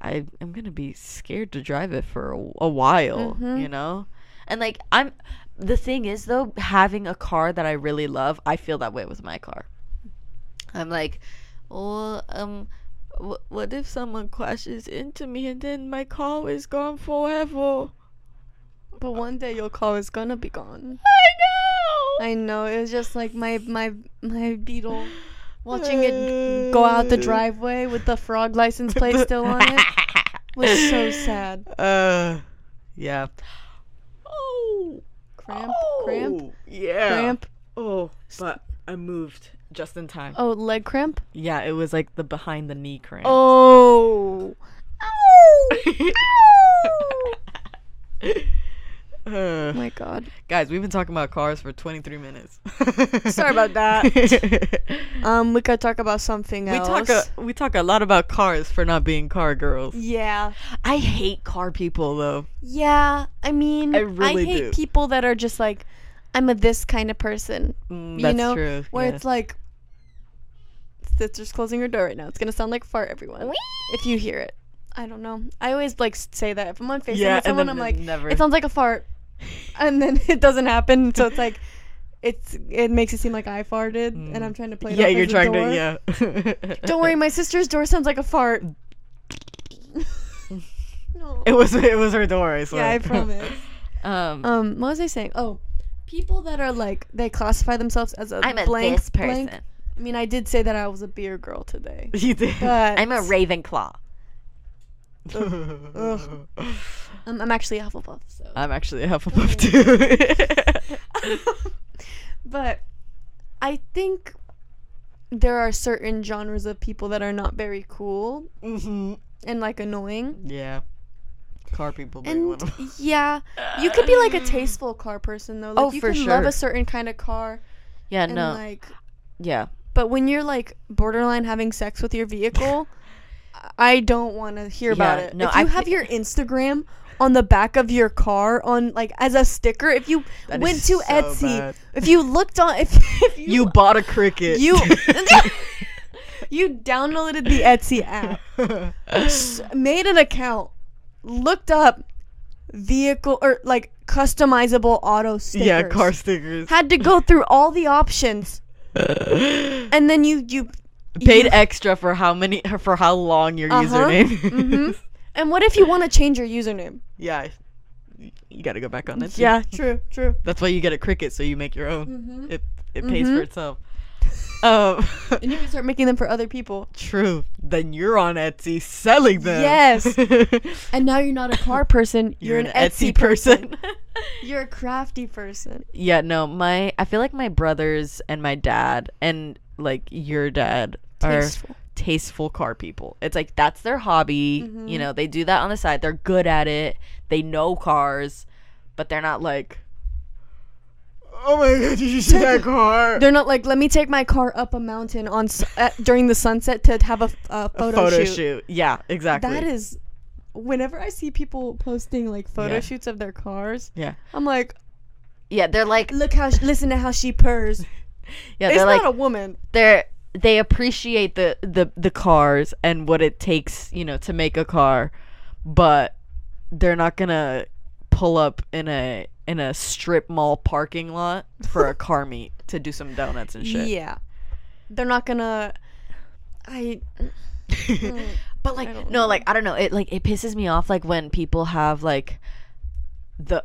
[SPEAKER 1] I I'm going to be scared to drive it for a, a while,
[SPEAKER 2] Mhm.
[SPEAKER 1] you know? And like I'm the thing is though having a car that I really love, I feel that way with my car. I'm like, "Oh, um wh- what if someone crashes into me and then my car is gone forever?"
[SPEAKER 2] But one day your car is gonna be gone.
[SPEAKER 1] I know.
[SPEAKER 2] I know. It was just like my my my Beetle, watching it go out
[SPEAKER 1] [sighs]
[SPEAKER 2] the driveway with the frog license plate still on it was so sad.
[SPEAKER 1] Uh, yeah. Oh,
[SPEAKER 2] Cramp, cramp,
[SPEAKER 1] oh, Yeah.
[SPEAKER 2] cramp.
[SPEAKER 1] Oh, but I moved just in time.
[SPEAKER 2] Oh, leg cramp.
[SPEAKER 1] Yeah, it was like the behind the knee cramp. [laughs]
[SPEAKER 2] Oh.
[SPEAKER 1] Uh,
[SPEAKER 2] Oh my god.
[SPEAKER 1] guys, we've been talking about cars for 23 minutes.
[SPEAKER 2] [laughs] Sorry about that.
[SPEAKER 1] we
[SPEAKER 2] Um, we could talk about something else.
[SPEAKER 1] talk a, [laughs] we talk a lot about cars for not being car girls.
[SPEAKER 2] yeah.
[SPEAKER 1] I hate car people though.
[SPEAKER 2] Yeah. I mean,
[SPEAKER 1] I really
[SPEAKER 2] hate
[SPEAKER 1] do.
[SPEAKER 2] people that are just like, I'm a this kind of person.
[SPEAKER 1] Mm,
[SPEAKER 2] You
[SPEAKER 1] that's
[SPEAKER 2] know,
[SPEAKER 1] true.
[SPEAKER 2] Where
[SPEAKER 1] yeah.
[SPEAKER 2] it's like, sister's closing her door right now. It's gonna sound like a fart, everyone. If you hear it, I don't know. I always like say that if I'm on Facebook
[SPEAKER 1] yeah,
[SPEAKER 2] with someone, I'm
[SPEAKER 1] and then
[SPEAKER 2] like,
[SPEAKER 1] it never.
[SPEAKER 2] it sounds like a fart, and then [laughs] it doesn't happen. So it's like, it's it makes it seem like I farted, and I'm trying to play. it
[SPEAKER 1] Mm. yeah,
[SPEAKER 2] off
[SPEAKER 1] you're
[SPEAKER 2] as a
[SPEAKER 1] trying
[SPEAKER 2] door.
[SPEAKER 1] to. Yeah.
[SPEAKER 2] Don't worry, my sister's door sounds like a fart. [laughs] no.
[SPEAKER 1] [laughs] It was it was her door. I swear.
[SPEAKER 2] Yeah, I promise.
[SPEAKER 1] [laughs] Um,
[SPEAKER 2] Um, what was I saying? Oh, people that are like they classify themselves as a
[SPEAKER 1] I'm a
[SPEAKER 2] blank
[SPEAKER 1] this person.
[SPEAKER 2] blank- I mean, I did say that I was a beer girl today,
[SPEAKER 1] [laughs] You did.
[SPEAKER 2] but
[SPEAKER 1] [laughs] I'm a Ravenclaw.
[SPEAKER 2] Ugh. um, I'm actually a Hufflepuff. So,
[SPEAKER 1] I'm actually a
[SPEAKER 2] Mm.
[SPEAKER 1] Hufflepuff too.
[SPEAKER 3] [laughs]
[SPEAKER 2] but I think there are certain genres of people that are not very cool Mm-hmm.
[SPEAKER 1] hmm
[SPEAKER 2] and like annoying.
[SPEAKER 1] Yeah. Car people being one
[SPEAKER 2] And
[SPEAKER 1] of 'em.
[SPEAKER 2] [laughs] yeah, you could be like
[SPEAKER 1] [laughs]
[SPEAKER 2] a tasteful car person though. Like,
[SPEAKER 1] Oh,
[SPEAKER 2] you
[SPEAKER 1] for
[SPEAKER 2] can love
[SPEAKER 1] sure.
[SPEAKER 2] a certain kind of car
[SPEAKER 1] Yeah,
[SPEAKER 2] and
[SPEAKER 1] no.
[SPEAKER 2] like
[SPEAKER 1] yeah.
[SPEAKER 2] But when you're like borderline having sex with your vehicle, I don't want to hear about
[SPEAKER 1] Yeah,
[SPEAKER 2] it.
[SPEAKER 1] no,
[SPEAKER 2] if you
[SPEAKER 1] I
[SPEAKER 2] have
[SPEAKER 3] [laughs]
[SPEAKER 1] ca-
[SPEAKER 2] your Instagram on the back of your car on like as a sticker. If you
[SPEAKER 3] That
[SPEAKER 2] went
[SPEAKER 3] is
[SPEAKER 2] to
[SPEAKER 3] so
[SPEAKER 2] Etsy,
[SPEAKER 3] bad.
[SPEAKER 2] if you looked on, if, [laughs] if
[SPEAKER 3] You
[SPEAKER 2] you
[SPEAKER 3] bought a
[SPEAKER 2] [laughs]
[SPEAKER 3] cricket. [laughs]
[SPEAKER 2] you you downloaded the Etsy app,
[SPEAKER 3] [laughs]
[SPEAKER 2] s- made an account, looked up vehicle or like customizable auto stickers.
[SPEAKER 3] yeah, car stickers.
[SPEAKER 2] Had to go through all the options, and then you you
[SPEAKER 3] Paid extra for how many for how long your
[SPEAKER 2] Uh-huh.
[SPEAKER 3] username. is.
[SPEAKER 2] hmm And what if you want to change your username?
[SPEAKER 3] [laughs] Yeah, I- you gotta go back on Etsy.
[SPEAKER 2] true, true.
[SPEAKER 3] that's why you get a cricket, so you make your own.
[SPEAKER 2] hmm
[SPEAKER 3] It it pays
[SPEAKER 2] Mhm.
[SPEAKER 3] for itself. Um,
[SPEAKER 2] [laughs]
[SPEAKER 3] [laughs]
[SPEAKER 2] And you can start making them for other people.
[SPEAKER 3] true. Then you're on Etsy selling them.
[SPEAKER 2] Yes.
[SPEAKER 3] [laughs] you're,
[SPEAKER 2] And now you're not a car person. You're, an, Etsy, person. [laughs] You're a crafty person.
[SPEAKER 1] Yeah, no, my I feel like my brothers and my dad and like your dad are
[SPEAKER 2] Tasteful.
[SPEAKER 1] tasteful car people. It's like that's their hobby.
[SPEAKER 2] Mm-hmm.
[SPEAKER 1] You know, they do that on the side. They're good at it. They know cars, but they're not like
[SPEAKER 3] oh my god! Did you see that
[SPEAKER 2] [laughs]
[SPEAKER 3] car?
[SPEAKER 2] They're not like, let me take my car up a mountain on s- uh, during the sunset to have a, f- a photo,
[SPEAKER 3] Photo
[SPEAKER 2] shoot.
[SPEAKER 3] shoot. Yeah, exactly.
[SPEAKER 2] That is, whenever I see people posting like photo
[SPEAKER 3] Yeah.
[SPEAKER 2] shoots of their cars,
[SPEAKER 1] Yeah.
[SPEAKER 2] I'm like,
[SPEAKER 1] yeah, they're like
[SPEAKER 2] look how, sh- listen to how she purrs.
[SPEAKER 1] yeah,
[SPEAKER 2] it's
[SPEAKER 1] they're like
[SPEAKER 2] not a woman.
[SPEAKER 1] they're they appreciate the the the cars and what it takes, you know, to make a car, but they're not gonna pull up in a in a strip mall parking lot for a car meet to do some donuts and shit.
[SPEAKER 2] Yeah, they're not gonna. I
[SPEAKER 1] But
[SPEAKER 2] I
[SPEAKER 1] like
[SPEAKER 2] don't
[SPEAKER 1] no,
[SPEAKER 2] know.
[SPEAKER 1] like I don't know. It like it pisses me off like when people have like the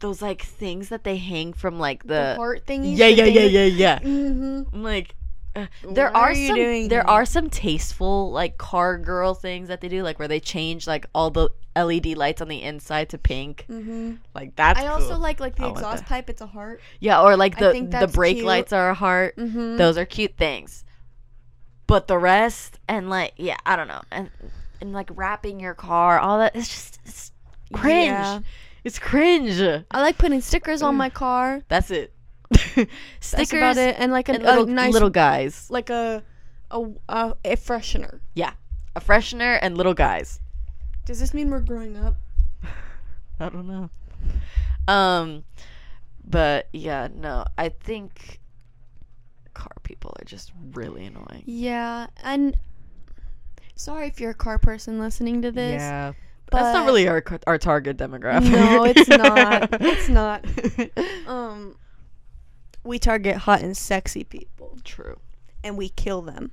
[SPEAKER 1] those like things that they hang from like
[SPEAKER 2] the
[SPEAKER 1] the,
[SPEAKER 2] heart thingy.
[SPEAKER 3] yeah, yeah, yeah, yeah, yeah.
[SPEAKER 2] Mm-hmm.
[SPEAKER 1] I'm like uh, there
[SPEAKER 2] What
[SPEAKER 1] are,
[SPEAKER 2] are you
[SPEAKER 1] some
[SPEAKER 2] doing
[SPEAKER 1] there
[SPEAKER 2] here?
[SPEAKER 1] are some tasteful like car girl things that they do like where they change like all the LED lights on the inside to pink.
[SPEAKER 2] Mm-hmm.
[SPEAKER 3] Like that's
[SPEAKER 2] I
[SPEAKER 3] cool.
[SPEAKER 2] also like like the
[SPEAKER 1] I want
[SPEAKER 2] exhaust
[SPEAKER 1] that.
[SPEAKER 2] pipe. It's a heart.
[SPEAKER 1] Yeah, or like
[SPEAKER 2] I
[SPEAKER 1] the
[SPEAKER 2] think
[SPEAKER 1] the
[SPEAKER 2] that's
[SPEAKER 1] brake
[SPEAKER 2] cute.
[SPEAKER 1] lights are a heart.
[SPEAKER 2] Mm-hmm.
[SPEAKER 1] Those are cute things. But the rest and like yeah, I don't know. And and like wrapping your car, all that it's just it's cringe.
[SPEAKER 2] Yeah.
[SPEAKER 1] It's cringe.
[SPEAKER 2] I like putting stickers on my car.
[SPEAKER 1] That's it. [laughs] Stickers
[SPEAKER 2] That's about it. And like a,
[SPEAKER 1] and little
[SPEAKER 2] a nice
[SPEAKER 1] little guys.
[SPEAKER 2] like a a, a a freshener.
[SPEAKER 1] Yeah, a freshener and little guys.
[SPEAKER 2] Does this mean we're growing up?
[SPEAKER 1] [laughs] I don't know. Um, but yeah, no, I think car people are just really annoying.
[SPEAKER 2] Yeah, and sorry if you're a car person listening to this.
[SPEAKER 1] yeah,
[SPEAKER 2] but
[SPEAKER 1] that's
[SPEAKER 2] [laughs]
[SPEAKER 1] not really our ca- our target demographic.
[SPEAKER 2] No, [laughs] it's not. It's [laughs] not.
[SPEAKER 1] [laughs]
[SPEAKER 2] Um, we target hot and sexy people,
[SPEAKER 1] True.
[SPEAKER 2] and we kill them.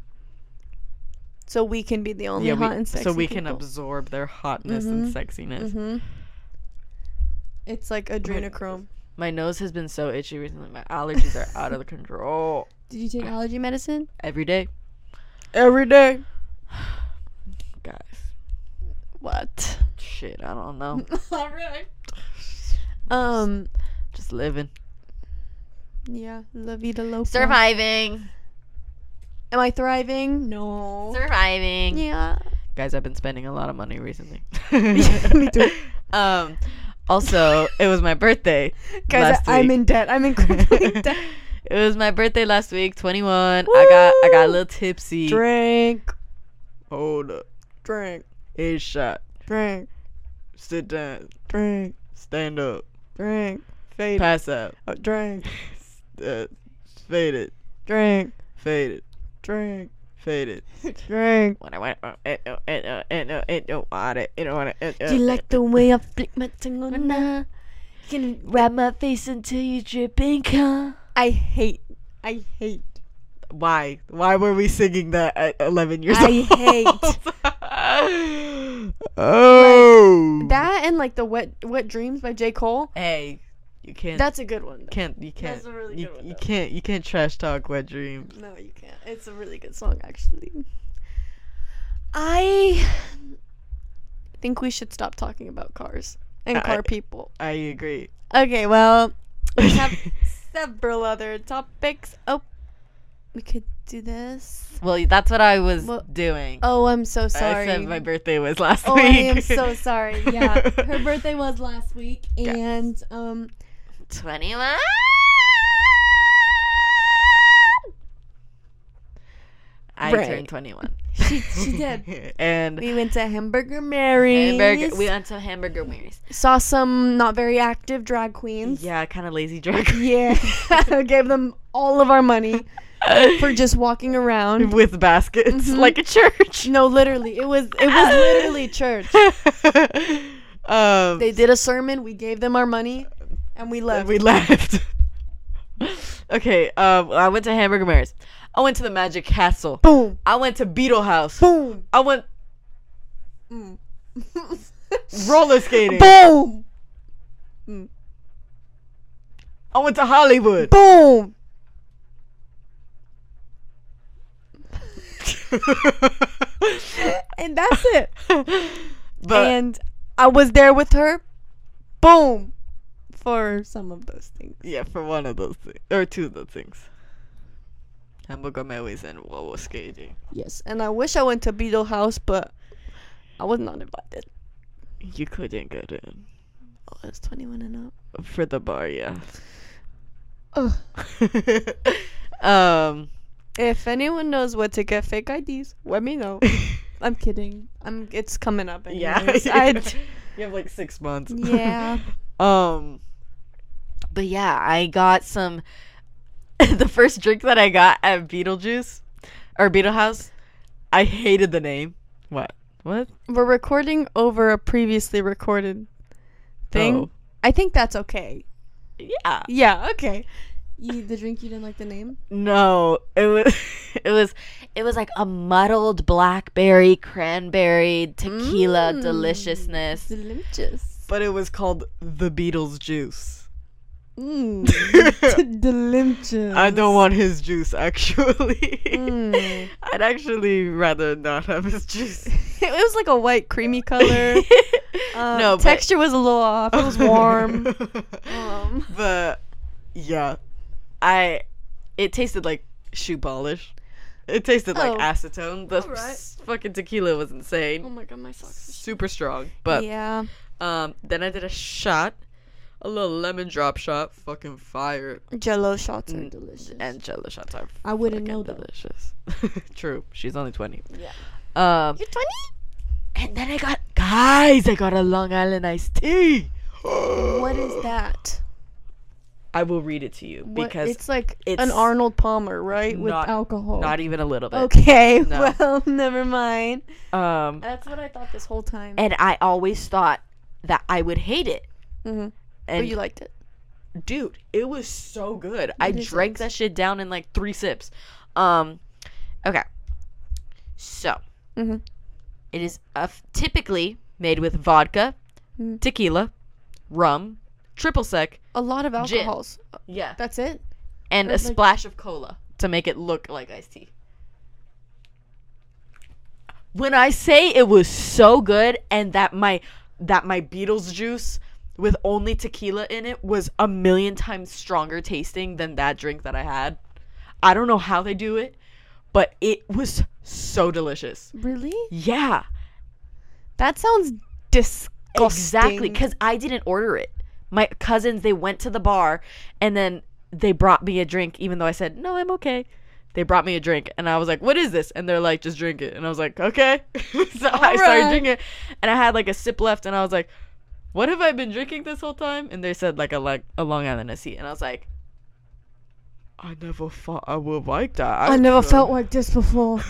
[SPEAKER 2] So we can be the only
[SPEAKER 3] yeah,
[SPEAKER 2] hot
[SPEAKER 3] we,
[SPEAKER 2] and sexy.
[SPEAKER 3] so we can
[SPEAKER 2] people.
[SPEAKER 3] absorb their hotness and sexiness.
[SPEAKER 2] Mhm. It's like adrenochrome.
[SPEAKER 1] My nose has been so itchy recently. My allergies are out of control.
[SPEAKER 2] Did you take allergy medicine?
[SPEAKER 1] Every day,
[SPEAKER 3] Every day.
[SPEAKER 1] guys.
[SPEAKER 2] What?
[SPEAKER 1] Shit, I
[SPEAKER 2] [laughs]
[SPEAKER 1] don't know.
[SPEAKER 2] All right. Um.
[SPEAKER 1] Just living,
[SPEAKER 2] Yeah. La vida loca.
[SPEAKER 1] surviving,
[SPEAKER 2] Am I thriving? No.
[SPEAKER 1] surviving.
[SPEAKER 2] yeah.
[SPEAKER 1] guys i've been spending a lot of money recently
[SPEAKER 2] [laughs] Me too.
[SPEAKER 1] [laughs] um also it was my birthday
[SPEAKER 2] Guys,
[SPEAKER 1] last
[SPEAKER 2] I, I'm
[SPEAKER 1] week.
[SPEAKER 2] in debt. I'm in [laughs]
[SPEAKER 1] [laughs]
[SPEAKER 3] [laughs]
[SPEAKER 2] crippling debt.
[SPEAKER 1] it was my birthday last week 21 i got i got a
[SPEAKER 2] Woo!
[SPEAKER 1] little tipsy
[SPEAKER 2] Drink.
[SPEAKER 3] Hold up.
[SPEAKER 2] Drink.
[SPEAKER 3] Head shot.
[SPEAKER 2] Drink.
[SPEAKER 3] Sit down.
[SPEAKER 2] Drink.
[SPEAKER 3] Stand up.
[SPEAKER 2] Drink. Fade.
[SPEAKER 3] Pass out.
[SPEAKER 2] uh, drink.
[SPEAKER 3] [laughs] Uh, fade it.
[SPEAKER 2] Drink.
[SPEAKER 3] Fade it.
[SPEAKER 2] Drink.
[SPEAKER 3] Fade it.
[SPEAKER 2] Drink.
[SPEAKER 1] when i went uh, uh, uh, uh, uh, uh, uh, uh, uh, uh, uh, uh,
[SPEAKER 2] Do you like the way I flick my tongue on that?
[SPEAKER 1] uh, can wrap my face until you drip and come
[SPEAKER 2] I hate. I hate.
[SPEAKER 3] Why? Why were we singing that at 11 years
[SPEAKER 2] I
[SPEAKER 3] old?
[SPEAKER 1] [laughs]
[SPEAKER 3] hate. oh.
[SPEAKER 2] That and like the wet wet dreams by J Cole.
[SPEAKER 1] hey you can't
[SPEAKER 2] That's a good one. Though.
[SPEAKER 3] can't you can't
[SPEAKER 2] a really
[SPEAKER 3] you,
[SPEAKER 2] good one,
[SPEAKER 3] you
[SPEAKER 2] though.
[SPEAKER 3] can't you can't trash talk wet dreams.
[SPEAKER 2] No, you can't. It's a really good song actually. I think we should stop talking about cars and
[SPEAKER 3] I-
[SPEAKER 2] car people.
[SPEAKER 3] I agree.
[SPEAKER 2] Okay, well, we have
[SPEAKER 3] [laughs]
[SPEAKER 2] several other topics. Oh, we could do this.
[SPEAKER 1] [laughs] well that's what i was
[SPEAKER 2] Well-
[SPEAKER 1] doing
[SPEAKER 2] Oh, I'm so
[SPEAKER 3] I
[SPEAKER 2] sorry.
[SPEAKER 3] said my birthday was last
[SPEAKER 2] oh,
[SPEAKER 3] week.
[SPEAKER 2] I am
[SPEAKER 1] [laughs]
[SPEAKER 2] so
[SPEAKER 3] [laughs]
[SPEAKER 2] sorry. Yeah, her birthday was last week, and um,
[SPEAKER 1] 21 I
[SPEAKER 2] Right.
[SPEAKER 1] turned 21.
[SPEAKER 2] she she did.
[SPEAKER 1] and
[SPEAKER 2] We went to Hamburger Mary's.
[SPEAKER 4] Hamburger. We went to Hamburger Mary's.
[SPEAKER 2] saw some not very active drag queens.
[SPEAKER 1] yeah, kind of lazy drag [laughs]
[SPEAKER 2] Yeah. [laughs] Gave them all of our money for just walking around.
[SPEAKER 1] with baskets
[SPEAKER 3] Mm-hmm.
[SPEAKER 1] like a church.
[SPEAKER 2] No, literally. It was it [laughs] was literally church.
[SPEAKER 1] [laughs]
[SPEAKER 3] Mm-hmm.
[SPEAKER 1] um,
[SPEAKER 2] They did a sermon, we gave them our money, and we left.
[SPEAKER 1] we left. [laughs] okay, um, I went to Hamburger Mary's. I went to the Magic Castle.
[SPEAKER 2] boom.
[SPEAKER 1] I went to Beetle
[SPEAKER 2] [laughs]
[SPEAKER 1] House.
[SPEAKER 2] Boom.
[SPEAKER 1] I went
[SPEAKER 2] Mm.
[SPEAKER 1] roller skating.
[SPEAKER 2] boom.
[SPEAKER 1] I went to Hollywood.
[SPEAKER 2] Boom. And that's [laughs] it.
[SPEAKER 1] [laughs] but
[SPEAKER 2] and I was there with her. Boom. For some of those things.
[SPEAKER 1] yeah, for one of those things or two of those things. Hamburger Mary's and roller skating.
[SPEAKER 2] Yes. And I wish I went to Beetle House, but I was not invited.
[SPEAKER 1] You couldn't get in
[SPEAKER 2] Oh, I was 21 and up.
[SPEAKER 1] for the bar, yeah.
[SPEAKER 2] Ugh.
[SPEAKER 1] [laughs] um,
[SPEAKER 2] If anyone knows what to get fake IDs, let me [laughs] know. I'm kidding. I'm. It's coming up. [laughs]
[SPEAKER 1] yeah, [laughs]
[SPEAKER 2] anyways. I d-
[SPEAKER 1] you have like six months.
[SPEAKER 2] yeah.
[SPEAKER 1] Um, but yeah, I got some. [laughs] the first drink that I got at Beetlejuice or Beetle House, I hated the name. What? What
[SPEAKER 2] We're recording over a previously recorded thing.
[SPEAKER 1] Oh.
[SPEAKER 2] I think that's okay.
[SPEAKER 1] Yeah.
[SPEAKER 2] Yeah. Okay. You, the drink you didn't like the name.
[SPEAKER 1] No, it was. [laughs] It was.
[SPEAKER 4] It was like a muddled blackberry, cranberry, tequila
[SPEAKER 2] Mm.
[SPEAKER 4] deliciousness.
[SPEAKER 2] Delicious.
[SPEAKER 1] But it was called the Beatles [laughs] juice.
[SPEAKER 2] Mm. [laughs] Delicious.
[SPEAKER 1] I don't want his juice actually.
[SPEAKER 2] Mm.
[SPEAKER 1] [laughs] I'd actually rather not have his juice.
[SPEAKER 2] [laughs] it was like a white, creamy [laughs]
[SPEAKER 1] [laughs]
[SPEAKER 2] color. Uh,
[SPEAKER 1] no,
[SPEAKER 2] [laughs]
[SPEAKER 1] but-
[SPEAKER 2] texture was a little off. It was [laughs] warm. um,
[SPEAKER 1] but yeah, I it tasted like shoe polish. It tasted
[SPEAKER 2] Oh.
[SPEAKER 1] like acetone. The
[SPEAKER 2] Alright.
[SPEAKER 1] s- fucking tequila was
[SPEAKER 2] oh
[SPEAKER 1] insane,
[SPEAKER 2] my god, my socks.
[SPEAKER 1] super strong. But
[SPEAKER 2] yeah.
[SPEAKER 1] um, then I did a shot, a little lemon drop shot, fucking fire,
[SPEAKER 2] Jello shots are
[SPEAKER 1] Mm,
[SPEAKER 2] delicious.
[SPEAKER 1] and jello shots are
[SPEAKER 2] I wouldn't
[SPEAKER 1] fucking
[SPEAKER 2] know though.
[SPEAKER 1] delicious. [laughs] True, she's only twenty.
[SPEAKER 2] Yeah.
[SPEAKER 1] Um,
[SPEAKER 2] You're 20?
[SPEAKER 1] and then I got guys, I got a Long Island iced tea. [gasps]
[SPEAKER 2] What is that?
[SPEAKER 1] I will read it to you
[SPEAKER 2] What-
[SPEAKER 1] because
[SPEAKER 2] it's like an
[SPEAKER 1] it's
[SPEAKER 2] Arnold Palmer, right? With
[SPEAKER 1] not-
[SPEAKER 2] alcohol.
[SPEAKER 1] not even a little bit.
[SPEAKER 2] okay.
[SPEAKER 1] [laughs] No.
[SPEAKER 2] Well, never mind.
[SPEAKER 1] Um,
[SPEAKER 2] That's what I thought this whole time.
[SPEAKER 4] And I always thought that I would hate it.
[SPEAKER 2] hmm
[SPEAKER 4] And
[SPEAKER 2] But you liked it.
[SPEAKER 1] dude, it was so good. I
[SPEAKER 2] is
[SPEAKER 4] drank
[SPEAKER 2] nice.
[SPEAKER 4] that shit down in like three sips. Um, okay. So,
[SPEAKER 2] Mhm.
[SPEAKER 4] it is uh, typically made with vodka,
[SPEAKER 2] Mm.
[SPEAKER 4] tequila, rum, triple sec,
[SPEAKER 2] A lot of
[SPEAKER 4] Gin.
[SPEAKER 2] alcohols.
[SPEAKER 4] yeah,
[SPEAKER 2] That's it.
[SPEAKER 4] and
[SPEAKER 2] or
[SPEAKER 4] a
[SPEAKER 2] like-
[SPEAKER 4] splash of cola to make it look like iced tea. When I say it was so good and that my that my Beatles juice with only tequila in it was a million times stronger tasting than that drink that I had. I don't know how they do it, but it was so delicious.
[SPEAKER 2] Really?
[SPEAKER 4] Yeah,
[SPEAKER 2] That sounds disgusting.
[SPEAKER 4] exactly cuz I didn't order it. My cousins they went to the bar and then they brought me a drink even though I said, "No, I'm okay." They brought me a drink and I was like, "What is this?" And they're like, "Just drink it." And I was like, "Okay." [laughs] so I started
[SPEAKER 2] Alright.
[SPEAKER 4] drinking it and I had like a sip left and I was like, "What have I been drinking this whole time?" And they said like a like a Long Island iced tea and I was like, I never thought I would like that.
[SPEAKER 2] I never felt like this
[SPEAKER 1] [laughs]
[SPEAKER 2] before.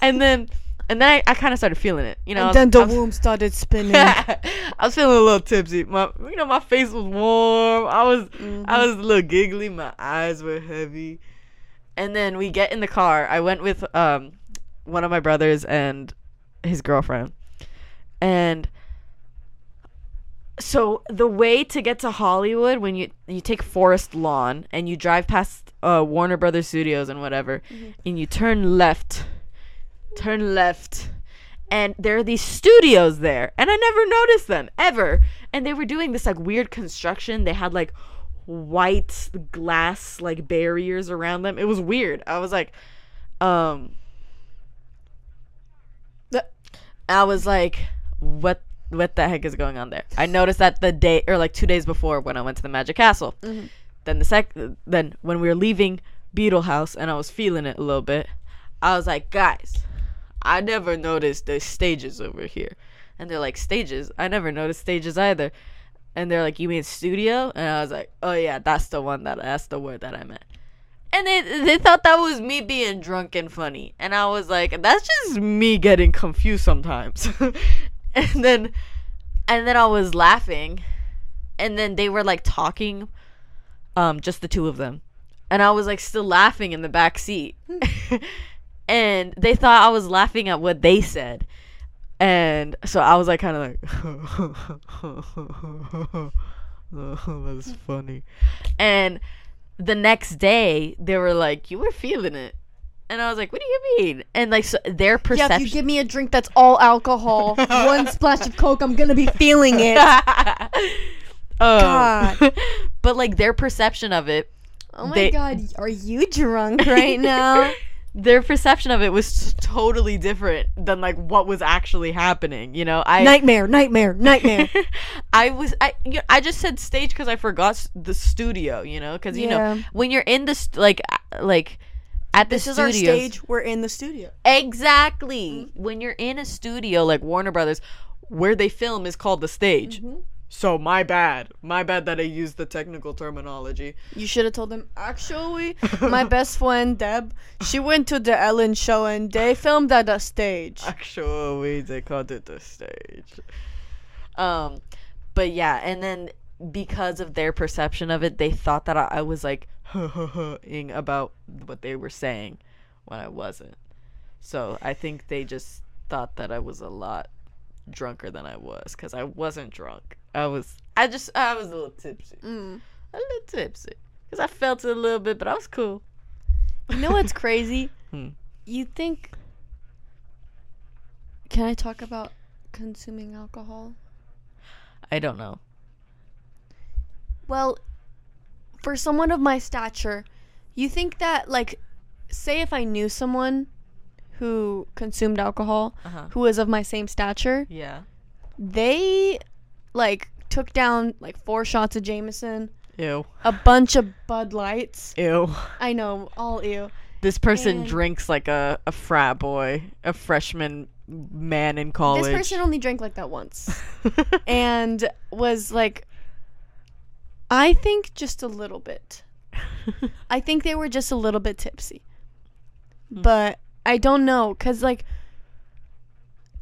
[SPEAKER 4] and then and then I, I kind of started feeling it, you know. I
[SPEAKER 2] and
[SPEAKER 4] was-
[SPEAKER 2] then the
[SPEAKER 4] I was-
[SPEAKER 2] womb started
[SPEAKER 1] [laughs]
[SPEAKER 2] spinning.
[SPEAKER 4] [laughs]
[SPEAKER 1] I was feeling a little tipsy. My, you know, my face was warm. I was, I was a little giggly. My eyes were heavy.
[SPEAKER 4] and then we get in the car. I went with um one of my brothers and his girlfriend. And so the way to get to Hollywood when you you take Forest Lawn and you drive past uh, Warner Brothers Studios and whatever and you turn left. Turn left. And there are these studios there, and I never noticed them ever. And they were doing this like weird construction. They had like white glass like barriers around them. It was weird. I was like, um, I was like, what what the heck is going on there? I noticed that the day or like two days before when I went to the Magic Castle. Then the sec then when we were leaving Beetle House and I was feeling it a little bit, I was like, guys,
[SPEAKER 1] I never noticed there's stages over here. And they're like, stages? I never noticed stages either. And they're like, you mean studio? And I was like, oh yeah, that's the one that, that's the word that I meant. And they, they thought that was me being drunk and funny. And I was like, that's just me getting confused sometimes. [laughs] and then, and then I was laughing. And then they were like talking, um, just the two of them. And I was like still laughing in the back seat. [laughs] and they thought I was laughing at what they said. And so I was like, kind of like, [laughs] that's funny. And the next day, they were like, you were feeling it. And I was like, what do you mean? And like, so their
[SPEAKER 2] Yeah, if
[SPEAKER 1] perception.
[SPEAKER 2] you give me a drink that's all
[SPEAKER 1] [laughs]
[SPEAKER 2] alcohol, one splash of Coke, I'm gonna be feeling it.
[SPEAKER 1] [laughs] Oh.
[SPEAKER 2] God.
[SPEAKER 1] but like their perception of it,
[SPEAKER 2] Oh my
[SPEAKER 1] They-
[SPEAKER 2] god, are you drunk right now?
[SPEAKER 1] their perception of it was totally different than like what was actually happening. You know, [laughs] I
[SPEAKER 2] nightmare, nightmare, nightmare.
[SPEAKER 1] [laughs] I was I you know, I just said stage because I forgot s- the studio. You know, because you
[SPEAKER 2] Yeah.
[SPEAKER 1] know when you're in the st- like uh, like at the
[SPEAKER 2] this is
[SPEAKER 1] studios,
[SPEAKER 2] our stage. Mm-hmm. We're in the studio.
[SPEAKER 1] exactly when you're in a studio like Warner Brothers, where they film is called the stage.
[SPEAKER 2] Mm-hmm.
[SPEAKER 1] So my bad, my bad that I used the technical terminology.
[SPEAKER 2] You should have told them. Actually,
[SPEAKER 1] [laughs]
[SPEAKER 2] my best friend Deb, she went to the Ellen show and they filmed at a
[SPEAKER 1] [laughs]
[SPEAKER 2] stage.
[SPEAKER 1] Actually, they called it the stage. Um, but yeah, and then because of their perception of it, they thought that I, I was like [laughs] ing about what they were saying when I wasn't. So I think they just thought that I was a lot drunker than I was because I wasn't drunk. I was, I just, I was a little tipsy,
[SPEAKER 2] Mm.
[SPEAKER 1] a little tipsy because I felt it a little bit, but I was cool.
[SPEAKER 2] You know what's crazy?
[SPEAKER 1] Hmm.
[SPEAKER 2] You think? Can I talk about consuming alcohol?
[SPEAKER 1] I don't know.
[SPEAKER 2] Well, for someone of my stature, you think that like say if I knew someone who consumed alcohol
[SPEAKER 1] Uh-huh.
[SPEAKER 2] who was of my same stature,
[SPEAKER 1] Yeah.
[SPEAKER 2] they like took down like four shots of Jameson,
[SPEAKER 1] Ew.
[SPEAKER 2] a bunch of Bud Lights.
[SPEAKER 1] Ew.
[SPEAKER 2] I know, all ew.
[SPEAKER 1] This person
[SPEAKER 2] And-
[SPEAKER 1] drinks like a, a frat boy, a freshman man in college.
[SPEAKER 2] This
[SPEAKER 1] [laughs]
[SPEAKER 2] person only drank like that once and was like I think just a little bit. I think they were just a little bit tipsy. But I don't know cuz like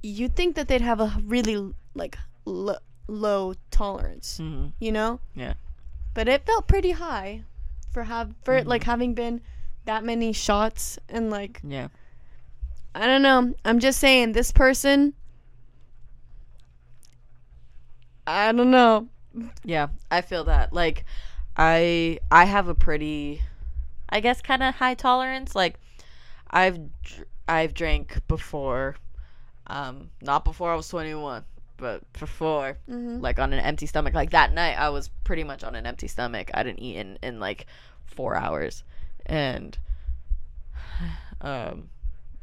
[SPEAKER 2] you think that they'd have a really like lo- low tolerance,
[SPEAKER 1] Mhm.
[SPEAKER 2] you know?
[SPEAKER 1] Yeah.
[SPEAKER 2] But it felt pretty high for have for
[SPEAKER 1] Mm-hmm.
[SPEAKER 2] it, like having been that many shots and like
[SPEAKER 1] Yeah.
[SPEAKER 2] I don't know. I'm just saying this person I don't know.
[SPEAKER 1] Yeah. I feel that. Like I I have a pretty I guess kind of high tolerance. Like I've dr- I've drank before um not before I was 21, but before
[SPEAKER 2] Mhm.
[SPEAKER 1] like on an empty stomach. Like that night, I was pretty much on an empty stomach. I didn't eat in, in like four hours, and [sighs] um,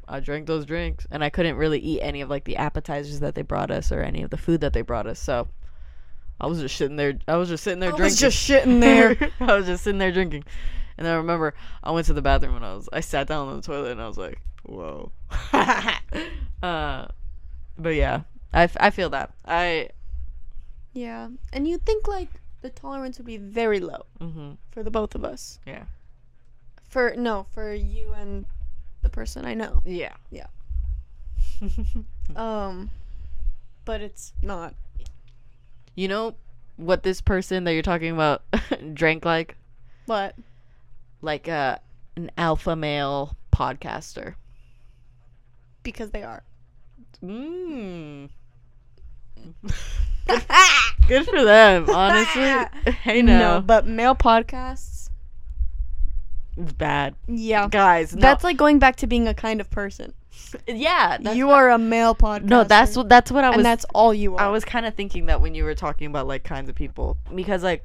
[SPEAKER 1] I drank those drinks, and I couldn't really eat any of like the appetizers that they brought us or any of the food that they brought us. So I was just sitting there. I was just sitting there
[SPEAKER 2] I
[SPEAKER 1] drinking.
[SPEAKER 2] was just shitting
[SPEAKER 3] [laughs]
[SPEAKER 2] there.
[SPEAKER 1] [laughs] I was just sitting there drinking, and I remember I went to the bathroom and I was I sat down on the toilet and I was like, whoa. [laughs] uh, but yeah, I, f- I feel that I
[SPEAKER 2] Yeah, and you'd think like the tolerance would be very low
[SPEAKER 1] mm-hmm.
[SPEAKER 2] for the both of us.
[SPEAKER 1] Yeah.
[SPEAKER 2] For no, for you and the person I know.
[SPEAKER 1] Yeah.
[SPEAKER 2] Yeah.
[SPEAKER 1] Mm-hmm.
[SPEAKER 2] Um, but it's not.
[SPEAKER 1] you know what this person that you're talking about [laughs] drank like?
[SPEAKER 2] But
[SPEAKER 1] Like uh, an alpha male podcaster.
[SPEAKER 2] because they are.
[SPEAKER 1] Mmm. [laughs] Good for them, honestly. [laughs] hey,
[SPEAKER 2] No,
[SPEAKER 1] no.
[SPEAKER 2] but male podcasts.
[SPEAKER 1] It's bad.
[SPEAKER 2] Yeah.
[SPEAKER 1] Guys, no.
[SPEAKER 2] That's like going back to being a kind of person.
[SPEAKER 1] yeah. That's,
[SPEAKER 2] you are a male podcaster.
[SPEAKER 1] no, that's what that's what I
[SPEAKER 2] and
[SPEAKER 1] was
[SPEAKER 2] that's all you
[SPEAKER 1] I
[SPEAKER 2] are.
[SPEAKER 1] was kind of thinking that when you were talking about like kinds of people because like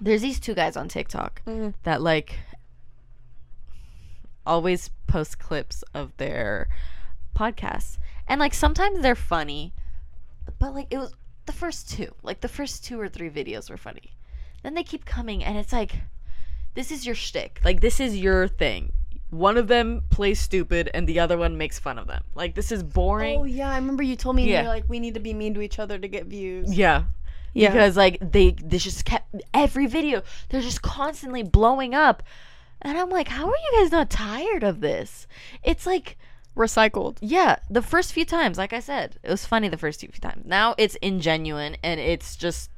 [SPEAKER 1] there's these two guys on TikTok
[SPEAKER 2] Mhm.
[SPEAKER 1] that like always post clips of their podcasts and like sometimes they're funny but like it was the first two like the first two or three videos were funny then they keep coming and it's like this is your shtick like this is your thing one of them plays stupid and the other one makes fun of them. Like this is boring.
[SPEAKER 2] Oh yeah, I remember you told me and
[SPEAKER 1] Yeah.
[SPEAKER 2] you're like we need to be mean to each other to get views.
[SPEAKER 1] Yeah.
[SPEAKER 2] Yeah.
[SPEAKER 1] Because like they they just kept every video they're just constantly blowing up. And I'm like, how are you guys not tired of this? It's like
[SPEAKER 2] Recycled.
[SPEAKER 1] yeah, the first few times, like I said, it was funny the first few times. Now it's ingenuine and it's just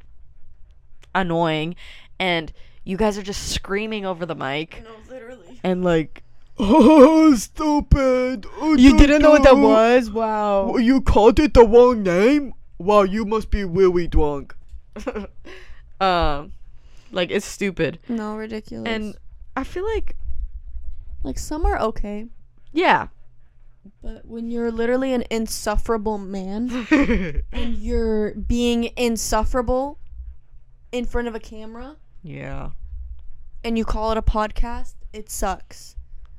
[SPEAKER 1] annoying and you guys are just screaming over the mic
[SPEAKER 2] No, literally.
[SPEAKER 1] and like oh stupid Oh,
[SPEAKER 2] You didn't know what that was? Wow.
[SPEAKER 1] you called it the wrong name? Wow, you must be really drunk. [laughs] um, like it's stupid,
[SPEAKER 2] No, ridiculous.
[SPEAKER 1] and I feel like
[SPEAKER 2] like some are okay,
[SPEAKER 1] yeah,
[SPEAKER 2] but when you're literally an insufferable
[SPEAKER 1] [laughs]
[SPEAKER 2] man and you're being insufferable in front of a camera
[SPEAKER 1] yeah,
[SPEAKER 2] and you call it a podcast, it sucks.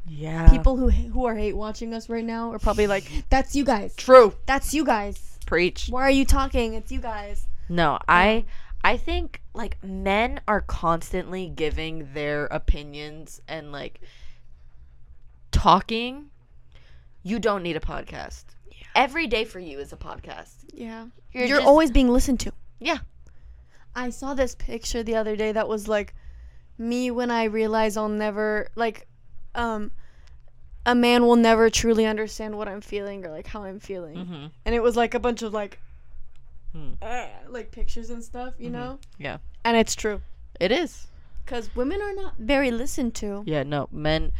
[SPEAKER 1] yeah.
[SPEAKER 2] People who who are hate watching us right now are probably like, "That's you guys.
[SPEAKER 1] true
[SPEAKER 2] That's you guys.
[SPEAKER 1] preach.
[SPEAKER 2] Why are you talking? It's you guys."
[SPEAKER 1] No, I I think like men are constantly giving their opinions and like talking. You don't need a podcast. Every day for you is a podcast.
[SPEAKER 2] Yeah. You're,
[SPEAKER 1] just-
[SPEAKER 2] always being listened to.
[SPEAKER 1] Yeah.
[SPEAKER 2] I saw this picture the other day that was like me when I realize I'll never like um a man will never truly understand what I'm feeling or like how I'm feeling.
[SPEAKER 1] Mhm.
[SPEAKER 2] And it was like a bunch of like
[SPEAKER 1] Hmm. Mm-hmm.
[SPEAKER 2] uh, like pictures and stuff, you know?
[SPEAKER 1] Yeah.
[SPEAKER 2] And it's true
[SPEAKER 1] It is.
[SPEAKER 2] cuz women are not very listened to.
[SPEAKER 1] Yeah, no. Men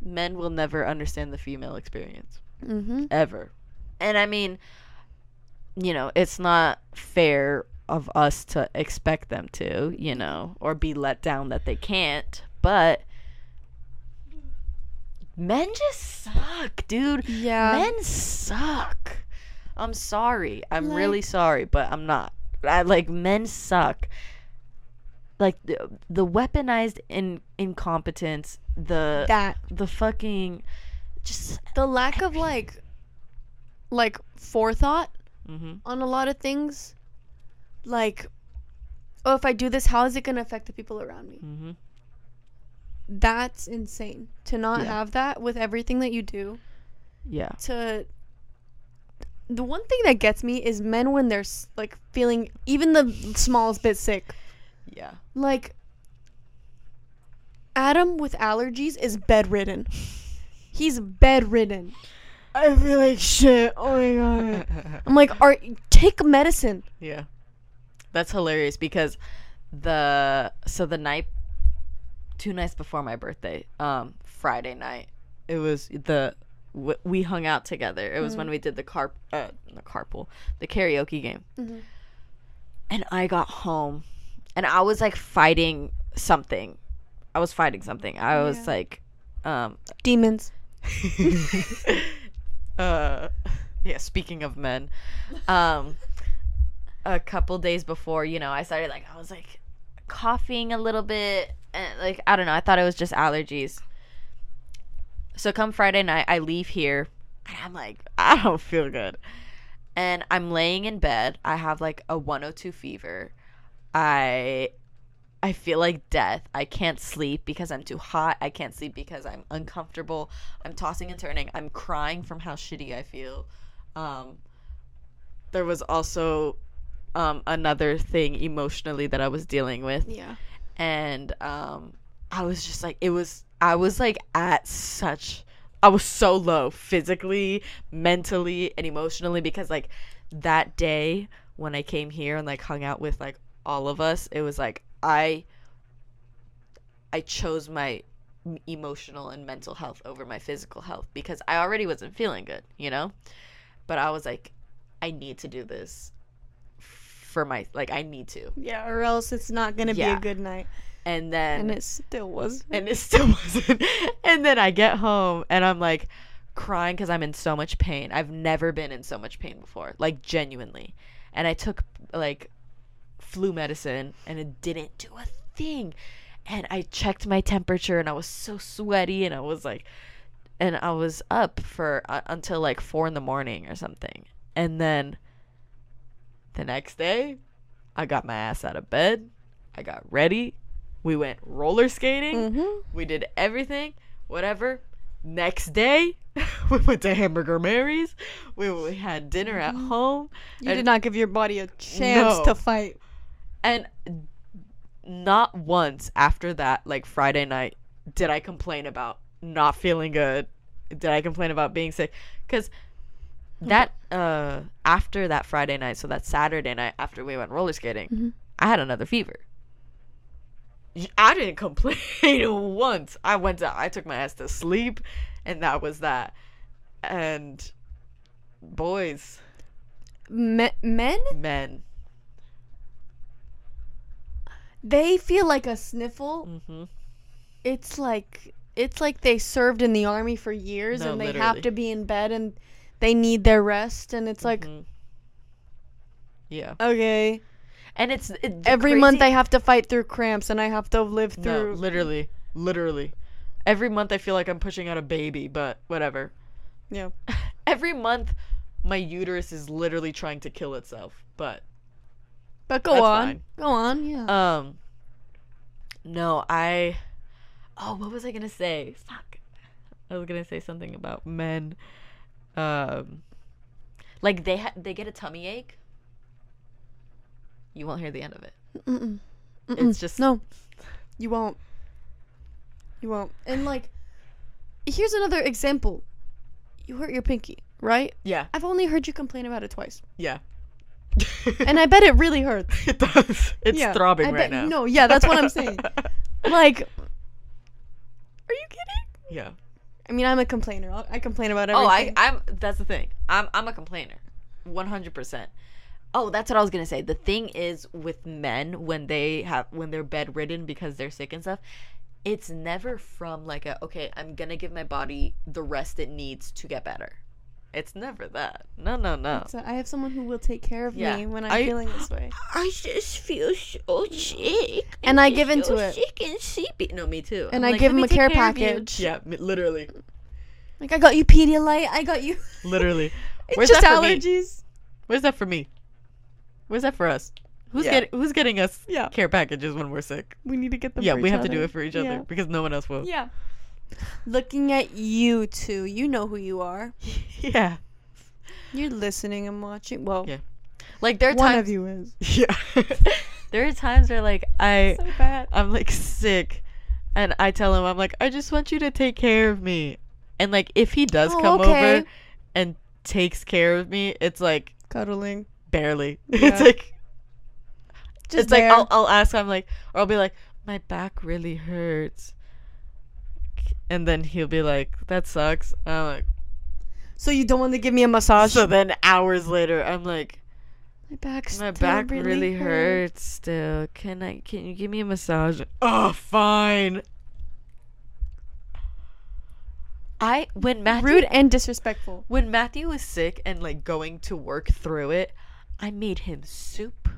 [SPEAKER 1] men will never understand the female experience
[SPEAKER 2] Mhm.
[SPEAKER 1] ever. And I mean, you know, it's not fair of us to expect them to, you know, or be let down that they can't, but men just suck, dude.
[SPEAKER 2] Yeah.
[SPEAKER 1] Men suck. I'm sorry. I'm
[SPEAKER 2] Like-
[SPEAKER 1] really sorry, but I'm not. I, like men suck. Like the, the weaponized in, incompetence, the
[SPEAKER 2] that
[SPEAKER 1] the fucking just
[SPEAKER 2] the lack of like like forethought
[SPEAKER 1] mhm.
[SPEAKER 2] on a lot of things. Like, oh, if I do this, how is it going to affect the people around me?
[SPEAKER 1] Mhm.
[SPEAKER 2] That's insane. To not
[SPEAKER 1] Yeah.
[SPEAKER 2] have that with everything that you do.
[SPEAKER 1] Yeah.
[SPEAKER 2] To. The one thing that gets me is men when they're s- like feeling even the smallest bit sick.
[SPEAKER 1] Yeah.
[SPEAKER 2] Like, Adam with allergies is bedridden. He's bedridden. I feel like shit. Oh my god. I'm like, are take medicine.
[SPEAKER 1] yeah. That's hilarious because the so the night two nights before my birthday, um Friday night, it was the w- we hung out together. It was when we did the car uh, the carpool, the karaoke game.
[SPEAKER 2] Mhm.
[SPEAKER 1] And I got home and I was like fighting something. I was fighting something. I was
[SPEAKER 2] Yeah.
[SPEAKER 1] like um
[SPEAKER 2] Demons.
[SPEAKER 1] uh [laughs] yeah speaking of men um a couple days before you know i started like i was like coughing a little bit and like i don't know i thought it was just allergies so come friday night i leave here and i'm like i don't feel good and i'm laying in bed i have like a 102 fever i I feel like death. I can't sleep because I'm too hot. I can't sleep because I'm uncomfortable. I'm tossing and turning. I'm crying from how shitty I feel. Um, there was also um, another thing emotionally that I was dealing with
[SPEAKER 2] Yeah.
[SPEAKER 1] and um i was just like it was i was like at such i was so low physically mentally and emotionally because like that day when i came here and like hung out with like all of us it was like i i chose my m- emotional and mental health over my physical health because i already wasn't feeling good you know but i was like i need to do this for my like i need to
[SPEAKER 2] Yeah, or else it's not gonna be
[SPEAKER 1] Yeah.
[SPEAKER 2] a good night.
[SPEAKER 1] and then
[SPEAKER 2] And, it still was.
[SPEAKER 1] [laughs] and it still wasn't. And then I get home and I'm like crying because I'm in so much pain. I've never been in so much pain before, like genuinely. And I took like flu medicine and it didn't do a thing. And I checked my temperature and I was so sweaty and I was like, and I was up for uh, until like four in the morning or something. And then the next day, I got my ass out of bed. I got ready. We went roller skating.
[SPEAKER 2] Mm-hmm.
[SPEAKER 1] We did everything, whatever. Next day, [laughs] we went to Hamburger Mary's. We, we had dinner at home.
[SPEAKER 2] You
[SPEAKER 1] And-
[SPEAKER 2] did not give your body a chance
[SPEAKER 1] No.
[SPEAKER 2] to fight.
[SPEAKER 1] And not once after that, like Friday night, did I complain about not feeling good. Did I complain about being sick? Because that uh after that Friday night, so that Saturday night after we went roller skating,
[SPEAKER 2] Mhm.
[SPEAKER 1] I had another fever. Y- I didn't [laughs] complain once. I went to I took my ass to sleep, and that was that. And boys,
[SPEAKER 2] Me- men,
[SPEAKER 1] men,
[SPEAKER 2] they feel like a sniffle.
[SPEAKER 1] hmm
[SPEAKER 2] It's like it's like they served in the army for years
[SPEAKER 1] No,
[SPEAKER 2] and they
[SPEAKER 1] literally.
[SPEAKER 2] have to be in bed and they need their rest. And it's like
[SPEAKER 1] Mhm. yeah.
[SPEAKER 2] okay,
[SPEAKER 1] And it's it, the
[SPEAKER 2] every month I
[SPEAKER 1] crazy-
[SPEAKER 2] have to fight through cramps and I have to live
[SPEAKER 1] no,
[SPEAKER 2] through.
[SPEAKER 1] literally, literally, every month I feel like I'm pushing out a baby, but whatever.
[SPEAKER 2] yeah,
[SPEAKER 1] Every month, my uterus is literally trying to kill itself, but
[SPEAKER 2] but go
[SPEAKER 1] That's
[SPEAKER 2] on,
[SPEAKER 1] fine.
[SPEAKER 2] go on. Yeah,
[SPEAKER 1] um, no, I. Oh, what was I gonna say? Fuck, I was gonna say something about men. Um, like they ha- they get a tummy ache. You won't hear the end of it.
[SPEAKER 2] Mm-mm.
[SPEAKER 1] It's just
[SPEAKER 2] Mm, No, you won't. You won't. And like, here's another example. You hurt your pinky, right?
[SPEAKER 1] Yeah,
[SPEAKER 2] I've only heard you complain about it twice,
[SPEAKER 1] yeah. [laughs]
[SPEAKER 2] and I bet it really hurts. [laughs]
[SPEAKER 1] it does. [laughs] It's
[SPEAKER 2] Yeah,
[SPEAKER 1] throbbing
[SPEAKER 2] I bet-
[SPEAKER 1] right now.
[SPEAKER 2] No, yeah, that's what I'm
[SPEAKER 1] [laughs]
[SPEAKER 2] saying. like, are you kidding?
[SPEAKER 1] yeah.
[SPEAKER 2] I mean, I'm a complainer. I'll- I complain about
[SPEAKER 1] Oh, I,
[SPEAKER 2] everything.
[SPEAKER 1] I'm. That's the thing. I'm. I'm a complainer, one hundred percent. Oh, that's what I was gonna say. The thing is with men when they have when they're bedridden because they're sick and stuff, it's never from like a okay, I'm gonna give my body the rest it needs to get better. It's never that. No, no, no.
[SPEAKER 2] So I have someone who will take care of
[SPEAKER 1] Yeah,
[SPEAKER 2] me when I'm
[SPEAKER 1] I-
[SPEAKER 2] feeling this
[SPEAKER 1] [gasps]
[SPEAKER 2] way.
[SPEAKER 1] I just feel so sick.
[SPEAKER 2] And I give into it.
[SPEAKER 1] Sick and sleepy. No, me too.
[SPEAKER 2] And
[SPEAKER 1] I'm
[SPEAKER 2] I
[SPEAKER 1] like,
[SPEAKER 2] give
[SPEAKER 1] "Let me
[SPEAKER 2] him a
[SPEAKER 1] take
[SPEAKER 2] care
[SPEAKER 1] of you."
[SPEAKER 2] package.
[SPEAKER 1] Yeah, me- literally,
[SPEAKER 2] Like, I got you Pedialyte. I got
[SPEAKER 1] [laughs]
[SPEAKER 2] you.
[SPEAKER 1] literally.
[SPEAKER 2] It's
[SPEAKER 1] Where's
[SPEAKER 2] just
[SPEAKER 1] that for me?
[SPEAKER 2] allergies.
[SPEAKER 1] Where's that for me? Where's that for us? Who's
[SPEAKER 2] Yeah.
[SPEAKER 1] getting Who's getting us
[SPEAKER 2] Yeah.
[SPEAKER 1] care packages when we're sick?
[SPEAKER 2] We need to get them.
[SPEAKER 1] yeah,
[SPEAKER 2] for
[SPEAKER 1] we
[SPEAKER 2] each
[SPEAKER 1] have to
[SPEAKER 2] other.
[SPEAKER 1] do it for each
[SPEAKER 2] Yeah.
[SPEAKER 1] other because no one else will.
[SPEAKER 2] Yeah. Looking at you two, you know who you are. [laughs]
[SPEAKER 1] Yeah,
[SPEAKER 2] You're listening and watching. Well,
[SPEAKER 1] Yeah. like there are
[SPEAKER 2] one
[SPEAKER 1] times.
[SPEAKER 2] of you is.
[SPEAKER 1] yeah, [laughs] there are times where like I
[SPEAKER 2] So bad.
[SPEAKER 1] I'm like sick, and I tell him I'm like I just want you to take care of me, and like if he does
[SPEAKER 2] Oh,
[SPEAKER 1] come
[SPEAKER 2] okay.
[SPEAKER 1] over and takes care of me, it's like
[SPEAKER 2] Cuddling.
[SPEAKER 1] barely. [laughs]
[SPEAKER 2] Yeah.
[SPEAKER 1] it's like
[SPEAKER 2] Just
[SPEAKER 1] it's
[SPEAKER 2] there.
[SPEAKER 1] like I'll I'll ask him like or I'll be like my back really hurts, and then he'll be like that sucks. And I'm like
[SPEAKER 2] so you don't want to give me a massage?
[SPEAKER 1] so then hours later I'm like
[SPEAKER 2] my back's
[SPEAKER 1] my
[SPEAKER 2] still
[SPEAKER 1] back really,
[SPEAKER 2] hurt.
[SPEAKER 1] hurts still. Can I can you give me a massage? Oh fine. I when Matthew
[SPEAKER 2] Rude and disrespectful.
[SPEAKER 1] when Matthew was sick and like going to work through it, I made him soup.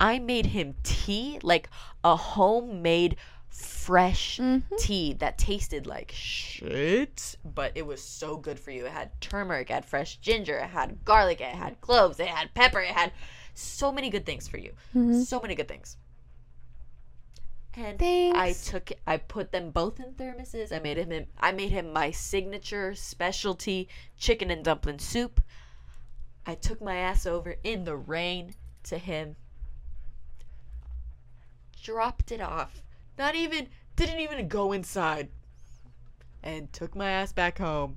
[SPEAKER 1] I made him tea, like a homemade fresh tea that tasted like shit, but it was so good for you. It had turmeric, it had fresh ginger, it had garlic, it had cloves, it had pepper, it had so many good things for you. So many good things. And I
[SPEAKER 2] Thanks.
[SPEAKER 1] took I put them both in thermoses. I made him I made him my signature specialty chicken and dumpling soup. I took my ass over in the rain to him. Dropped it off. Not even didn't even go inside. And took my ass back home.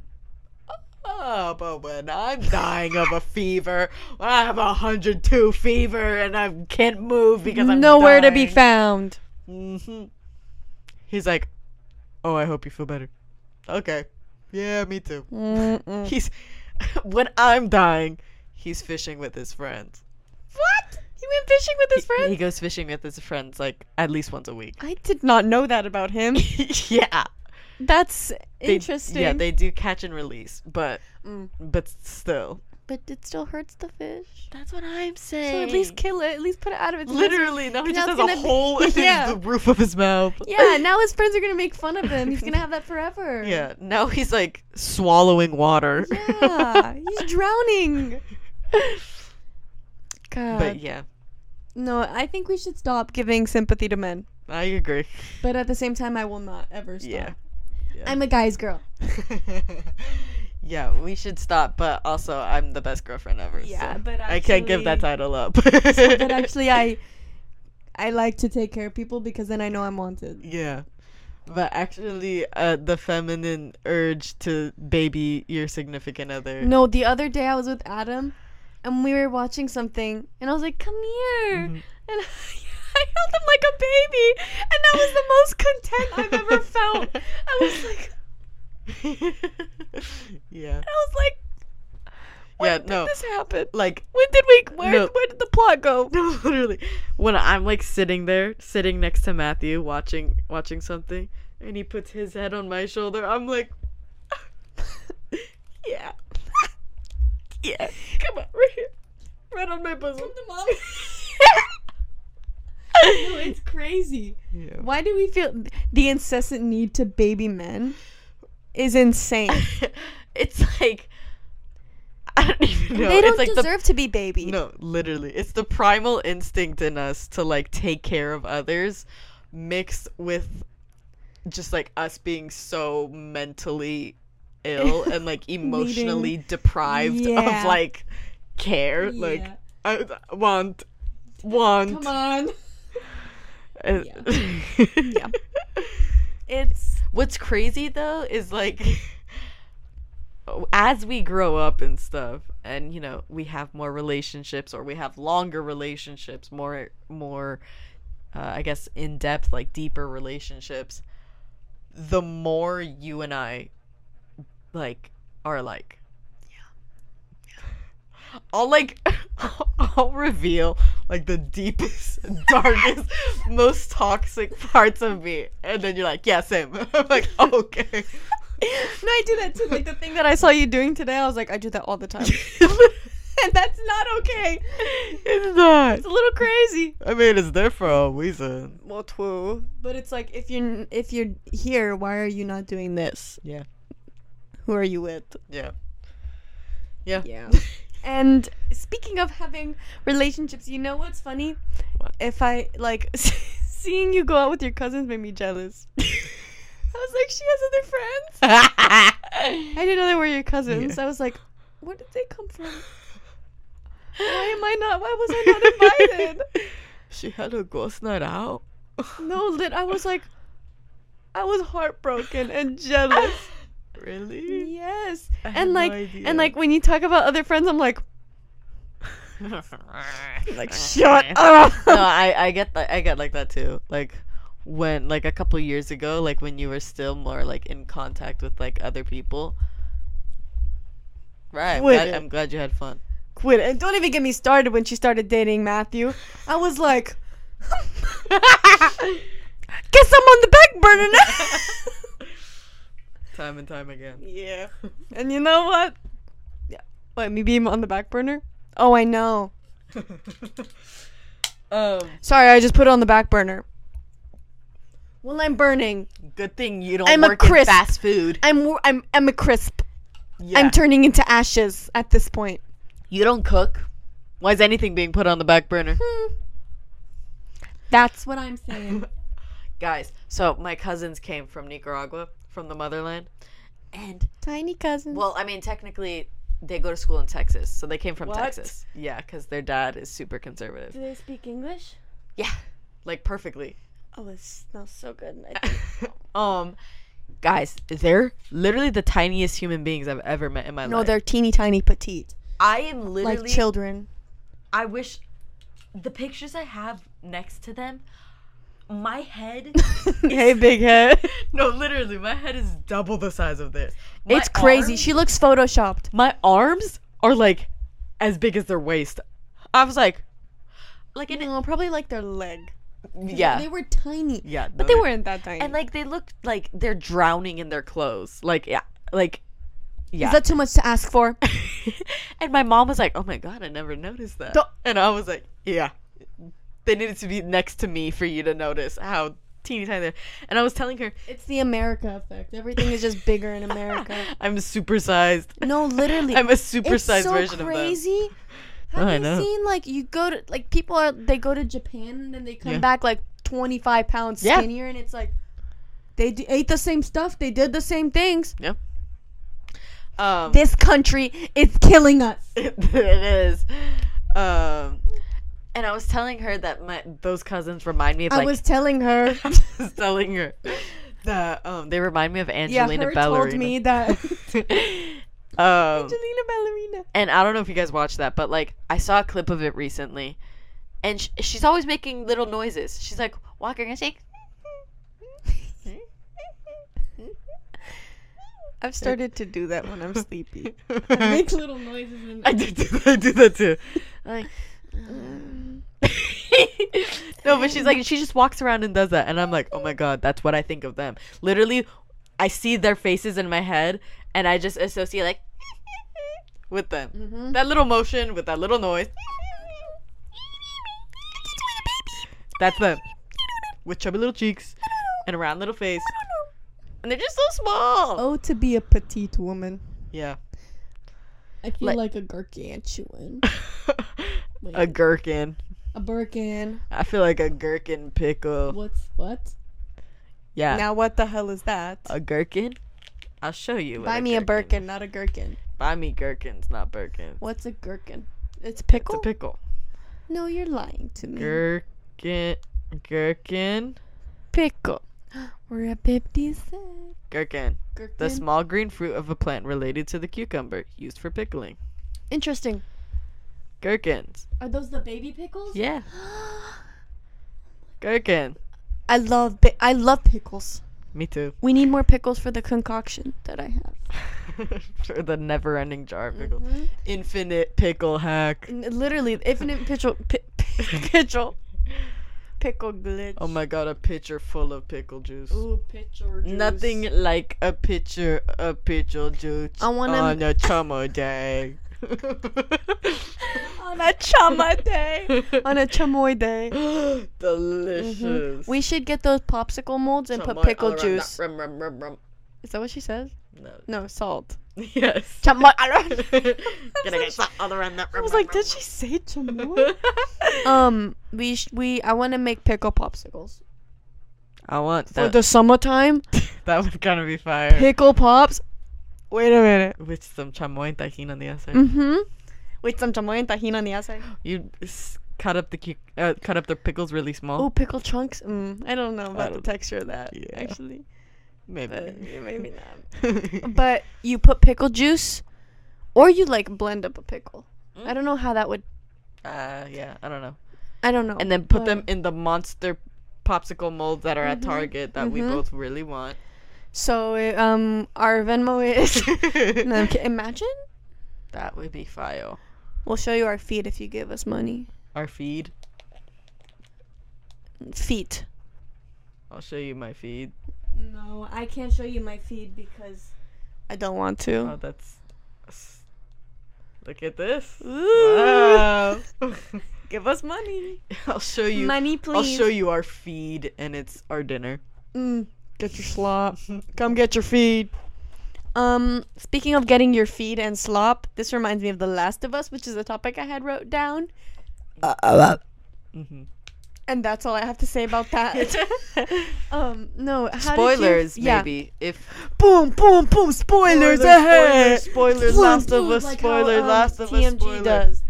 [SPEAKER 1] Oh, but when I'm dying of a fever, when I have a 102 fever and I can't move because I'm
[SPEAKER 2] Nowhere to be
[SPEAKER 1] dying.
[SPEAKER 2] found.
[SPEAKER 1] Mm-hmm. He's like, "Oh, I hope you feel better." Okay. Yeah,
[SPEAKER 2] [laughs]
[SPEAKER 1] me too. [laughs]
[SPEAKER 2] Mm-mm.
[SPEAKER 1] He's when I'm dying, he's fishing with his friends.
[SPEAKER 2] what? He went fishing with his
[SPEAKER 1] He,
[SPEAKER 2] friends?
[SPEAKER 1] he goes fishing with his friends like at least once a week. [laughs]
[SPEAKER 2] I did not know that about him.
[SPEAKER 1] yeah.
[SPEAKER 2] That's
[SPEAKER 1] They-
[SPEAKER 2] interesting.
[SPEAKER 1] yeah, they do catch and release, but
[SPEAKER 2] Mm.
[SPEAKER 1] but still.
[SPEAKER 2] but it still hurts the fish.
[SPEAKER 1] That's what I'm
[SPEAKER 2] So
[SPEAKER 1] saying.
[SPEAKER 2] at least kill it. At least put it out of its misery.
[SPEAKER 1] literally now he
[SPEAKER 2] now
[SPEAKER 1] just has
[SPEAKER 2] it's
[SPEAKER 1] a
[SPEAKER 2] gonna be-
[SPEAKER 1] hole
[SPEAKER 2] [laughs]
[SPEAKER 1] in his-
[SPEAKER 2] Yeah.
[SPEAKER 1] the roof of his mouth.
[SPEAKER 2] Yeah, now his friends are gonna make fun of him. He's gonna have that forever.
[SPEAKER 1] [laughs] Yeah, now he's like swallowing water.
[SPEAKER 2] Yeah, he's drowning. God.
[SPEAKER 1] [laughs] but yeah,
[SPEAKER 2] No, I think we should stop giving sympathy to men.
[SPEAKER 1] I agree.
[SPEAKER 2] But at the same time, I will not ever stop.
[SPEAKER 1] Yeah.
[SPEAKER 2] I'm a guy's girl.
[SPEAKER 1] [laughs] yeah, we should stop. But also, I'm the best girlfriend ever.
[SPEAKER 2] Yeah,
[SPEAKER 1] so
[SPEAKER 4] but
[SPEAKER 1] I can't give that title
[SPEAKER 2] [laughs]
[SPEAKER 1] up. [laughs]
[SPEAKER 2] but actually, I I like to take care of people because then I know I'm wanted.
[SPEAKER 1] Yeah. But actually, uh, the feminine urge to baby your significant other.
[SPEAKER 2] No, the other day I was with Adam, and we were watching something, and I was like, "Come here,"
[SPEAKER 1] Mhm.
[SPEAKER 2] and [laughs] I held him like a baby, and that was the most content I've ever felt. I was like,
[SPEAKER 1] [laughs] yeah.
[SPEAKER 2] I was like,
[SPEAKER 1] yeah, no.
[SPEAKER 2] this happened.
[SPEAKER 1] Like,
[SPEAKER 2] When did we? Where,
[SPEAKER 1] No.
[SPEAKER 2] where did the plot go?
[SPEAKER 1] [laughs] no, literally. When I'm like sitting there, sitting next to Matthew, watching watching something, and he puts his head on my shoulder, I'm like, yeah. yeah. Come on, right here. Right on my bosom.
[SPEAKER 2] mom. no, it's crazy.
[SPEAKER 1] Yeah.
[SPEAKER 2] Why do we feel the incessant need to baby men? Is
[SPEAKER 1] [laughs]
[SPEAKER 2] insane.
[SPEAKER 1] [laughs] it's like I don't even know.
[SPEAKER 2] they
[SPEAKER 1] it's
[SPEAKER 2] don't
[SPEAKER 1] like the
[SPEAKER 2] deserve to be babied.
[SPEAKER 1] no, literally, it's the primal instinct in us to like take care of others, mixed with just like us being so mentally
[SPEAKER 2] [laughs]
[SPEAKER 1] ill and like emotionally deprived
[SPEAKER 2] Yeah.
[SPEAKER 1] of like care. Like I I want, want.
[SPEAKER 2] on. [laughs]
[SPEAKER 1] Uh,
[SPEAKER 2] Yeah. It's
[SPEAKER 1] What's crazy though is like as we grow up and stuff and you know we have more relationships or we have longer relationships more more uh, I guess in depth like deeper relationships the more you and I like are alike I'll like [laughs] I'll reveal like the deepest, [laughs] darkest, most toxic parts of me, and then you're like, yeah, same. [laughs] I'm like, okay.
[SPEAKER 2] no, I do that too. Like the thing that I saw you doing today, I was like, I do that all the
[SPEAKER 1] [laughs]
[SPEAKER 2] time, and that's not okay.
[SPEAKER 1] [laughs] it's not.
[SPEAKER 2] It's a little crazy.
[SPEAKER 1] I mean, it's there for a reason.
[SPEAKER 2] Well, true, but it's like if you're if you're here, why are you not doing this?
[SPEAKER 1] Yeah.
[SPEAKER 2] Who are you with?
[SPEAKER 1] Yeah. Yeah.
[SPEAKER 2] Yeah. [laughs] and speaking of having relationships, you know what's funny?
[SPEAKER 1] What?
[SPEAKER 2] If I like [laughs] seeing you go out with your cousins made me jealous. [laughs] I was like, she has other friends.
[SPEAKER 1] [laughs]
[SPEAKER 2] I didn't know they were your cousins. I was like, where did they come from? Why am I not? Why was I not
[SPEAKER 1] [laughs]
[SPEAKER 2] invited?
[SPEAKER 1] she had a ghost night out.
[SPEAKER 2] no, lit. I was like, I was heartbroken and jealous.
[SPEAKER 1] [laughs] Really?
[SPEAKER 2] yes,
[SPEAKER 1] I had
[SPEAKER 2] and
[SPEAKER 1] no
[SPEAKER 2] like,
[SPEAKER 1] idea.
[SPEAKER 2] and like when you talk about other friends, I'm like, [laughs]
[SPEAKER 1] like
[SPEAKER 2] shut up.
[SPEAKER 1] no, I I get that. I get like that too. Like when like a couple years ago, like when you were still more like in contact with like other people. Right. I'm
[SPEAKER 2] Would
[SPEAKER 1] glad,
[SPEAKER 2] it?
[SPEAKER 1] I'm glad you had fun.
[SPEAKER 2] Quit it. And don't even get me started when she started dating Matthew. I was like, [laughs] guess I'm on the back burner now. [laughs]
[SPEAKER 1] Time and time again.
[SPEAKER 2] yeah. And you know what? Yeah. What, me being on the back burner? Oh, I [laughs] know.
[SPEAKER 1] um.
[SPEAKER 2] Sorry, I just put it on the back burner. Well, I'm burning.
[SPEAKER 1] Good thing you don't
[SPEAKER 2] I'm a
[SPEAKER 1] work in
[SPEAKER 2] crisp.
[SPEAKER 1] fast food.
[SPEAKER 2] I'm wor- I'm I'm a crisp.
[SPEAKER 1] Yeah.
[SPEAKER 2] I'm turning into ashes at this point.
[SPEAKER 1] you don't cook. Why is anything being put on the back burner?
[SPEAKER 2] Hmm. That's what I'm saying.
[SPEAKER 1] Guys, so my cousins came from Nicaragua, from the motherland, and
[SPEAKER 2] Tiny cousin.
[SPEAKER 1] Well, I mean, technically, they go to school in Texas, so they came from
[SPEAKER 2] What?
[SPEAKER 1] Texas. Yeah, because their dad is super conservative,
[SPEAKER 2] they speak English?
[SPEAKER 1] like perfectly. [laughs]
[SPEAKER 2] Oh, it smells so good.
[SPEAKER 1] um, guys, they're literally the tiniest human beings I've ever met in my
[SPEAKER 2] No,
[SPEAKER 1] life.
[SPEAKER 2] they're teeny tiny petite,
[SPEAKER 1] I am literally.
[SPEAKER 2] like [laughs] children.
[SPEAKER 1] I wish the pictures I have next to them. My head,
[SPEAKER 2] [laughs] hey, big head.
[SPEAKER 1] [laughs] no, literally, my head is double the size of theirs. My
[SPEAKER 2] It's crazy.
[SPEAKER 1] arms-
[SPEAKER 2] She looks photoshopped.
[SPEAKER 1] my arms are like as big as their waist. I was like, like an
[SPEAKER 2] No, probably like their leg.
[SPEAKER 1] yeah,
[SPEAKER 2] They were tiny,
[SPEAKER 1] yeah,
[SPEAKER 2] but they weren't that tiny.
[SPEAKER 1] and like they looked like they're drowning in their clothes. Like yeah, like [laughs]
[SPEAKER 2] Is
[SPEAKER 1] yeah.
[SPEAKER 2] that too much to ask for?
[SPEAKER 1] and my mom was like, "Oh my god, I never noticed that."
[SPEAKER 2] The-
[SPEAKER 1] and I was like, "Yeah, they needed to be next to me for you to notice how teeny tiny they're." And I was telling her,
[SPEAKER 2] [laughs] It's the America effect. Everything is just bigger in America. [laughs]
[SPEAKER 1] "I'm supersized.
[SPEAKER 2] No, literally.
[SPEAKER 1] I'm a supersized
[SPEAKER 2] it's so
[SPEAKER 1] version of
[SPEAKER 2] crazy.
[SPEAKER 1] [laughs] Oh,
[SPEAKER 2] Have
[SPEAKER 1] I
[SPEAKER 2] you
[SPEAKER 1] know.
[SPEAKER 2] seen like you go to like people are they go to Japan and then they come
[SPEAKER 1] Yeah.
[SPEAKER 2] back like 25 pounds
[SPEAKER 1] Yeah.
[SPEAKER 2] skinnier and it's like They d- ate the same stuff. They did the same things.
[SPEAKER 1] Um,
[SPEAKER 2] This country is killing us.
[SPEAKER 1] [laughs] it is. Um, and I was telling her that my those cousins remind me of
[SPEAKER 2] I
[SPEAKER 1] like [laughs]
[SPEAKER 2] was telling her.
[SPEAKER 1] I was telling her that um, they remind me of
[SPEAKER 2] yeah,
[SPEAKER 1] Angelina
[SPEAKER 2] her
[SPEAKER 1] Ballerina.
[SPEAKER 2] told me that.
[SPEAKER 1] [laughs]
[SPEAKER 2] [laughs]
[SPEAKER 1] um,
[SPEAKER 2] Angelina Ballerina.
[SPEAKER 1] and I don't know if you guys watched that, but like I saw a clip of it recently, and sh- she's always making little noises. She's like walking and shake.
[SPEAKER 2] I've started to do that
[SPEAKER 1] [laughs]
[SPEAKER 2] when I'm sleepy.
[SPEAKER 1] I
[SPEAKER 2] Make little noises. And-
[SPEAKER 1] do, do- I do that too. I'm like, [laughs] no, but she's like she just walks around and does that, and I'm like, oh my god, that's what I think of them. Literally, I see their faces in my head, and I just associate like [laughs] with them.
[SPEAKER 2] Mhm.
[SPEAKER 1] That little motion with that little noise. That's them. With chubby little cheeks and a round little face. And they're just so small. [laughs]
[SPEAKER 2] Oh, to be a petite woman.
[SPEAKER 1] Yeah.
[SPEAKER 2] I feel
[SPEAKER 1] Like-
[SPEAKER 2] like a
[SPEAKER 1] [laughs]
[SPEAKER 2] gargantuan.
[SPEAKER 1] a gherkin.
[SPEAKER 2] A Birkin.
[SPEAKER 1] I feel like a gherkin pickle.
[SPEAKER 2] What's what?
[SPEAKER 1] Yeah.
[SPEAKER 2] Now what the hell is that?
[SPEAKER 1] a gherkin? I'll show you. what
[SPEAKER 2] Buy me a
[SPEAKER 1] gherkin-
[SPEAKER 2] Birkin, not a gherkin.
[SPEAKER 1] Buy me gherkins, not Birkins.
[SPEAKER 2] What's a gherkin? It's
[SPEAKER 1] It's
[SPEAKER 2] pickle.
[SPEAKER 1] a pickle.
[SPEAKER 2] no, you're lying to me.
[SPEAKER 1] Gherkin. Gherkin.
[SPEAKER 2] pickle. [gasps] We're at 56.
[SPEAKER 1] Gherkin.
[SPEAKER 2] Gherkin.
[SPEAKER 1] The small green fruit of a plant related to the cucumber, used for pickling.
[SPEAKER 2] Interesting.
[SPEAKER 1] Gherkins.
[SPEAKER 2] Are those the baby pickles?
[SPEAKER 1] Yeah. Gherkin.
[SPEAKER 2] I love bi- I love pickles.
[SPEAKER 1] Me too. [laughs]
[SPEAKER 2] We need more pickles for the concoction that I have.
[SPEAKER 1] for the never ending jar of pickle.
[SPEAKER 2] Mm-hmm.
[SPEAKER 1] Infinite pickle hack.
[SPEAKER 2] N- Literally, infinite pickle pi- [laughs] pickle pickle glitch.
[SPEAKER 1] Oh my god, a pitcher full of pickle juice.
[SPEAKER 2] Ooh, pitcher juice.
[SPEAKER 1] Nothing like
[SPEAKER 2] [laughs]
[SPEAKER 1] a pitcher [laughs] of pickle juice
[SPEAKER 2] I wanna- [laughs]
[SPEAKER 1] on a chummer day.
[SPEAKER 2] on a chama day. [laughs] on a chamoy day.
[SPEAKER 1] Delicious.
[SPEAKER 2] We should get those popsicle molds and put
[SPEAKER 1] Chamoy
[SPEAKER 2] pickle
[SPEAKER 1] all around.
[SPEAKER 2] juice.
[SPEAKER 1] "Oh, Rum, rum, rum, [laughs] rum.
[SPEAKER 2] Is that what she says?
[SPEAKER 1] No.
[SPEAKER 2] No, salt.
[SPEAKER 1] Yes.
[SPEAKER 2] Chamoy. I
[SPEAKER 1] [laughs] Gonna [laughs] get some all around that rum,
[SPEAKER 2] was
[SPEAKER 1] rum,
[SPEAKER 2] like,
[SPEAKER 1] rum,
[SPEAKER 2] did she say chamoy?
[SPEAKER 1] [laughs]
[SPEAKER 2] um, we sh- we I want to make pickle popsicles
[SPEAKER 1] I want
[SPEAKER 2] for
[SPEAKER 1] that.
[SPEAKER 2] the summertime.
[SPEAKER 1] that would kind of be fire.
[SPEAKER 2] Pickle pops. Wait a minute.
[SPEAKER 1] With some chamoy and tajin on the outside.
[SPEAKER 2] Mm-hmm. With some chamoy and tahini on the outside.
[SPEAKER 1] You s- cut up the cu- uh, cut up the pickles really small.
[SPEAKER 2] Oh, pickle chunks. Mm, I don't know about the
[SPEAKER 1] don't-
[SPEAKER 2] texture of that.
[SPEAKER 1] yeah.
[SPEAKER 2] Actually,
[SPEAKER 1] maybe.
[SPEAKER 2] but
[SPEAKER 1] [laughs]
[SPEAKER 2] maybe not.
[SPEAKER 1] Mm.
[SPEAKER 2] But you put pickle juice, or you like blend up a pickle. I don't know how that would.
[SPEAKER 1] [laughs] uh, yeah, I don't know.
[SPEAKER 2] I don't know.
[SPEAKER 1] And then put
[SPEAKER 2] but-
[SPEAKER 1] them in the monster popsicle molds that are at Target that we
[SPEAKER 2] mhm.
[SPEAKER 1] both really want.
[SPEAKER 2] So uh, um, our Venmo
[SPEAKER 1] [laughs]
[SPEAKER 2] is. [laughs] no, I'm kid- Imagine.
[SPEAKER 1] that would be fire.
[SPEAKER 2] We'll show you our feet if you give us money.
[SPEAKER 1] Our feed.
[SPEAKER 2] Feet.
[SPEAKER 1] I'll show you my feed. [laughs]
[SPEAKER 2] No, I can't show you my feed because I don't want
[SPEAKER 1] Oh,
[SPEAKER 2] to.
[SPEAKER 1] that's. s- Look at [laughs] this.
[SPEAKER 2] Ooh. Ah.
[SPEAKER 1] Wow.
[SPEAKER 2] Give us money.
[SPEAKER 1] I'll show you.
[SPEAKER 2] Money, please.
[SPEAKER 1] I'll show [laughs] you our feed, and it's our dinner.
[SPEAKER 2] Mm, get your slop. Come get your feed. Um, speaking of getting your feed and slop, this reminds me of The Last of Us, which is a topic I had wrote down, Uh,
[SPEAKER 1] hmm
[SPEAKER 2] and that's all I have to say about
[SPEAKER 1] [laughs]
[SPEAKER 2] that. um, no how did you-
[SPEAKER 1] Spoilers,
[SPEAKER 2] yeah.
[SPEAKER 1] maybe. If
[SPEAKER 2] Boom, boom, boom! Spoilers ahead.
[SPEAKER 1] Spoilers, spoilers,
[SPEAKER 2] Boom,
[SPEAKER 1] Last of
[SPEAKER 2] boom,
[SPEAKER 1] Us,
[SPEAKER 2] like how,
[SPEAKER 1] spoiler,
[SPEAKER 2] um,
[SPEAKER 1] Last of Us,
[SPEAKER 2] TMG
[SPEAKER 1] spoiler.
[SPEAKER 2] does.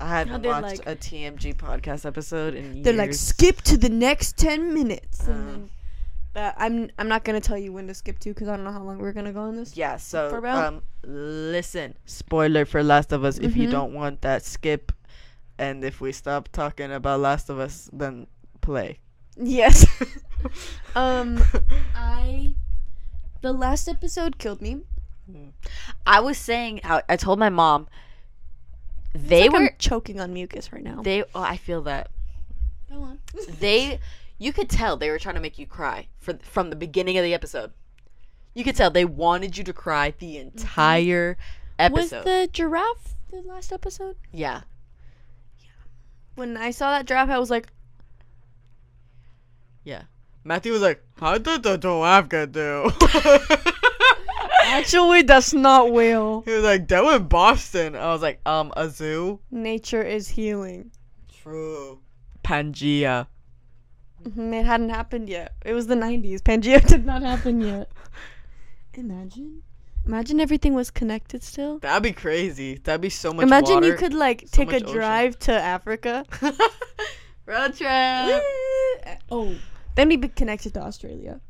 [SPEAKER 1] I haven't
[SPEAKER 2] they're
[SPEAKER 1] watched
[SPEAKER 2] like-
[SPEAKER 1] a TMG podcast episode in
[SPEAKER 2] They're
[SPEAKER 1] years.
[SPEAKER 2] like, skip to the next ten minutes.
[SPEAKER 1] Uh.
[SPEAKER 2] and then, Mm-hmm. but I'm I'm not gonna tell you when to skip to because I don't know how long we're gonna go on this.
[SPEAKER 1] Yeah, so
[SPEAKER 2] for real.
[SPEAKER 1] um, listen, spoiler for Last of Us. If you
[SPEAKER 4] Mm-hmm.
[SPEAKER 2] Mhm.
[SPEAKER 1] don't want that, skip. And if we stop talking about Last of Us, then play.
[SPEAKER 2] Yes. [laughs] um, I the last episode killed me.
[SPEAKER 4] [laughs] I was saying how I told my mom they
[SPEAKER 2] Like, I'm
[SPEAKER 4] were
[SPEAKER 2] choking on mucus right now.
[SPEAKER 4] they oh, I feel that
[SPEAKER 2] Go [laughs] on.
[SPEAKER 4] they you could tell they were trying to make you cry for, from the beginning of the episode. You could tell they wanted you to cry the entire
[SPEAKER 2] Mm-hmm. Was
[SPEAKER 4] episode.
[SPEAKER 2] the giraffe the last episode?
[SPEAKER 4] yeah.
[SPEAKER 2] When I saw that giraffe, I was like,
[SPEAKER 1] Matthew was like, "How did the Doavka do?"
[SPEAKER 2] actually, that's not whale.
[SPEAKER 1] [laughs] he was like, "That was Boston." I was like, "Um, a zoo."
[SPEAKER 2] Nature is healing.
[SPEAKER 1] True. Pangea.
[SPEAKER 2] Mhm, It hadn't happened yet. It was the 90s. Pangea [laughs] did not happen yet.
[SPEAKER 3] Imagine.
[SPEAKER 2] Imagine everything was connected still.
[SPEAKER 3] That'd be crazy. That'd be so much.
[SPEAKER 2] Imagine
[SPEAKER 3] water.
[SPEAKER 2] you could like
[SPEAKER 3] so
[SPEAKER 2] take a
[SPEAKER 3] much ocean.
[SPEAKER 2] drive to Africa.
[SPEAKER 3] [laughs] road trip.
[SPEAKER 2] oh, then we'd be connected to Australia.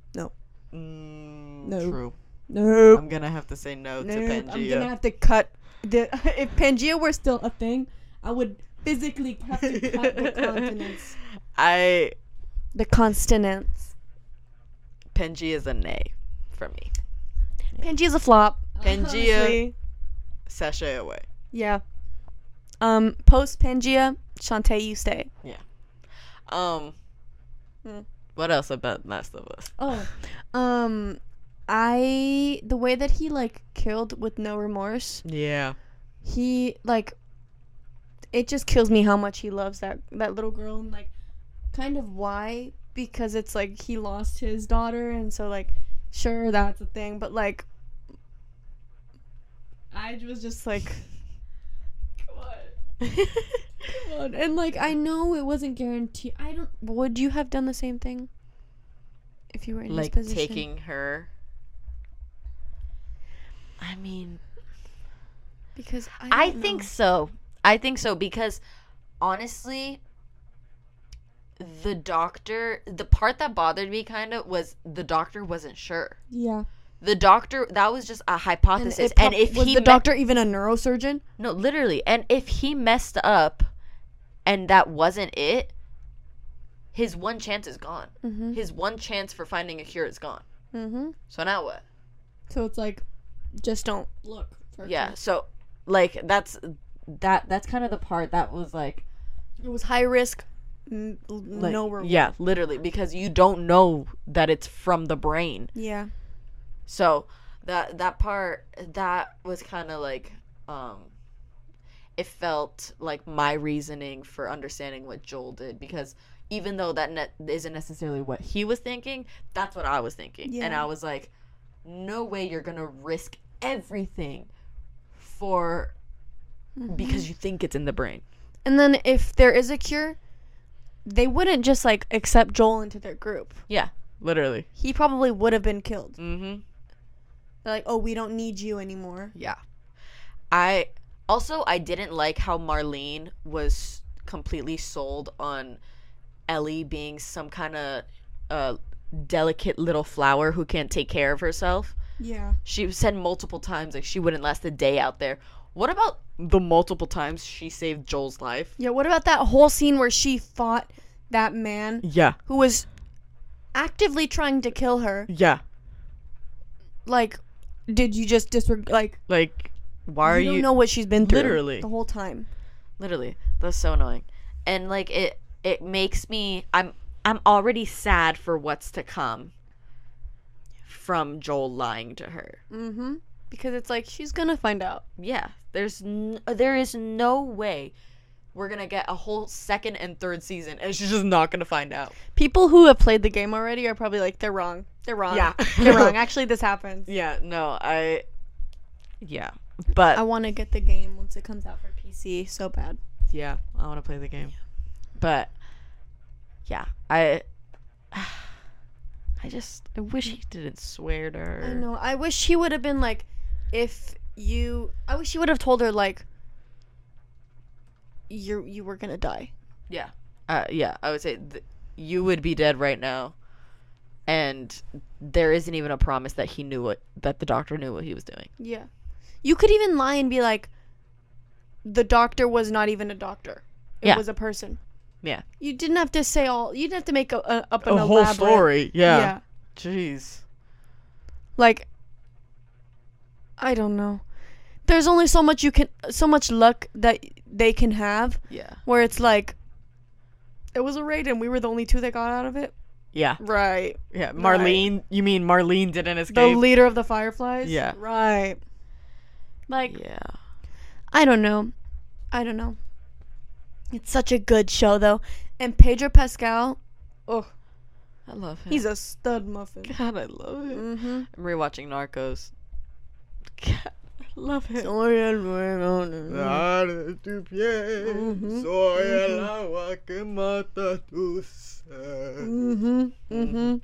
[SPEAKER 3] Mm,
[SPEAKER 2] No.
[SPEAKER 3] True.
[SPEAKER 2] Nope.
[SPEAKER 3] I'm gonna have to say no to
[SPEAKER 2] Nope, I'm
[SPEAKER 3] Pangea.
[SPEAKER 2] gonna have to cut the [laughs] if Pangea were still a thing, I would physically have
[SPEAKER 3] [laughs]
[SPEAKER 2] to cut the continents.
[SPEAKER 3] I
[SPEAKER 2] The continents.
[SPEAKER 3] Pangea is a nay from me.
[SPEAKER 2] Pangea's a flop.
[SPEAKER 3] Pangea, sashay away.
[SPEAKER 2] Yeah. Um, post Pangea, Shantae, you stay.
[SPEAKER 3] Um,
[SPEAKER 2] Hmm.
[SPEAKER 3] what else about Last of Us?
[SPEAKER 2] Oh. Um, I the way that he like killed with no remorse.
[SPEAKER 3] Yeah,
[SPEAKER 2] he like it just kills me how much he loves that that little girl and like kind of why because it's like he lost his daughter and so like sure that's a thing but like I was just like come on [laughs] come on and like I know it wasn't guaranteed I don't would you have done the same thing if you were in
[SPEAKER 3] like
[SPEAKER 2] his position
[SPEAKER 3] taking her. I mean,
[SPEAKER 2] because I,
[SPEAKER 1] I
[SPEAKER 2] don't
[SPEAKER 1] think
[SPEAKER 2] know.
[SPEAKER 1] so. I think so because honestly, the doctor, the part that bothered me kind of was the doctor wasn't sure.
[SPEAKER 2] yeah
[SPEAKER 1] The doctor, that was just a
[SPEAKER 2] and,
[SPEAKER 1] hypothesis.
[SPEAKER 2] it
[SPEAKER 1] And,
[SPEAKER 2] prob-
[SPEAKER 1] if
[SPEAKER 2] was
[SPEAKER 1] he
[SPEAKER 2] the
[SPEAKER 1] me-
[SPEAKER 2] doctor even a neurosurgeon
[SPEAKER 1] no, literally, and if he messed up and that wasn't it, his one chance is gone.
[SPEAKER 2] mm-hmm
[SPEAKER 1] His one chance for finding a cure is gone.
[SPEAKER 2] mm-hmm
[SPEAKER 1] So now what?
[SPEAKER 2] So it's like, just don't look. For
[SPEAKER 1] Yeah. So like that's that that's kind of the part that was like
[SPEAKER 2] It was high risk, n- l-
[SPEAKER 3] like,
[SPEAKER 2] no reward.
[SPEAKER 3] yeah, literally, because you don't know that it's from the brain.
[SPEAKER 2] Yeah.
[SPEAKER 1] So that that part that was kind of like um it felt like my reasoning for understanding what Joel did because even though that ne- isn't necessarily what he was thinking, that's what I was thinking. And
[SPEAKER 2] Yeah.
[SPEAKER 1] I was like no way you're going to risk everything for because you think it's in the brain.
[SPEAKER 2] And then if there is a cure, they wouldn't just like accept Joel into their group.
[SPEAKER 3] Literally.
[SPEAKER 2] He probably would have been killed.
[SPEAKER 3] Mm-hmm.
[SPEAKER 2] They're like, oh, we don't need you anymore.
[SPEAKER 3] Yeah.
[SPEAKER 1] I also I didn't like how Marlene was completely sold on Ellie being some kind of uh, delicate little flower who can't take care of herself.
[SPEAKER 2] Yeah.
[SPEAKER 1] She said multiple times like she wouldn't last a day out there. What about the multiple times she saved Joel's life?
[SPEAKER 2] Yeah. What about that whole scene where she fought that man
[SPEAKER 3] Yeah.
[SPEAKER 2] who was actively trying to kill her?
[SPEAKER 3] Yeah.
[SPEAKER 2] Like, did you just disregard? Like,
[SPEAKER 3] Like, why are
[SPEAKER 2] you
[SPEAKER 3] you?
[SPEAKER 2] don't know what she's been through.
[SPEAKER 3] Literally.
[SPEAKER 2] The whole time.
[SPEAKER 1] Literally, that's so annoying. And like it it makes me I'm I'm already sad for what's to come from Joel lying to her.
[SPEAKER 2] Mm-hmm. Because it's like she's gonna find out.
[SPEAKER 1] yeah there's n-
[SPEAKER 3] uh,
[SPEAKER 1] there is no way we're gonna get a whole second and third season and she's just not gonna find out
[SPEAKER 2] people who have played the game already are probably like they're wrong they're wrong
[SPEAKER 3] Yeah.
[SPEAKER 2] [laughs] they're wrong actually this happens
[SPEAKER 3] yeah. No, I. Yeah, but
[SPEAKER 2] i want to get the game once it comes out for pc so bad
[SPEAKER 3] yeah, I want to play the game. But yeah, I. [sighs] I just I wish he didn't swear to her.
[SPEAKER 2] i know i wish he would have been like if you i wish he would have told her like you you were gonna die
[SPEAKER 3] uh, yeah, I would say th- you would be dead right now, and there isn't even a promise that he knew what that the doctor knew what he was doing.
[SPEAKER 2] yeah you could even lie and be like the doctor was not even a doctor it
[SPEAKER 3] Yeah.
[SPEAKER 2] was a person
[SPEAKER 3] Yeah.
[SPEAKER 2] you didn't have to say all you didn't have to make a, a up an elaborate- yeah.
[SPEAKER 3] Jeez.
[SPEAKER 2] like i don't know there's only so much you can so much luck that they can have
[SPEAKER 3] Yeah.
[SPEAKER 2] where it's like it was a raid and we were the only two that got out of it
[SPEAKER 3] Yeah.
[SPEAKER 2] right
[SPEAKER 3] Yeah.
[SPEAKER 2] Right.
[SPEAKER 3] Marlene, you mean Marlene didn't
[SPEAKER 2] the
[SPEAKER 3] escape?
[SPEAKER 2] leader of the fireflies
[SPEAKER 3] Yeah.
[SPEAKER 2] right like
[SPEAKER 3] yeah.
[SPEAKER 2] i don't know i don't know it's such a good show though and pedro pascal oh
[SPEAKER 3] I love him.
[SPEAKER 2] he's a stud muffin
[SPEAKER 3] God, I love him.
[SPEAKER 2] mm-hmm
[SPEAKER 3] I'm rewatching Narcos. God, I
[SPEAKER 1] Love it.
[SPEAKER 2] Soy el bueno.
[SPEAKER 3] de tu piel,
[SPEAKER 2] Mm-hmm.
[SPEAKER 3] soy el agua que mata tu sed.
[SPEAKER 1] Mm-hmm,
[SPEAKER 2] Mhm. Mhm.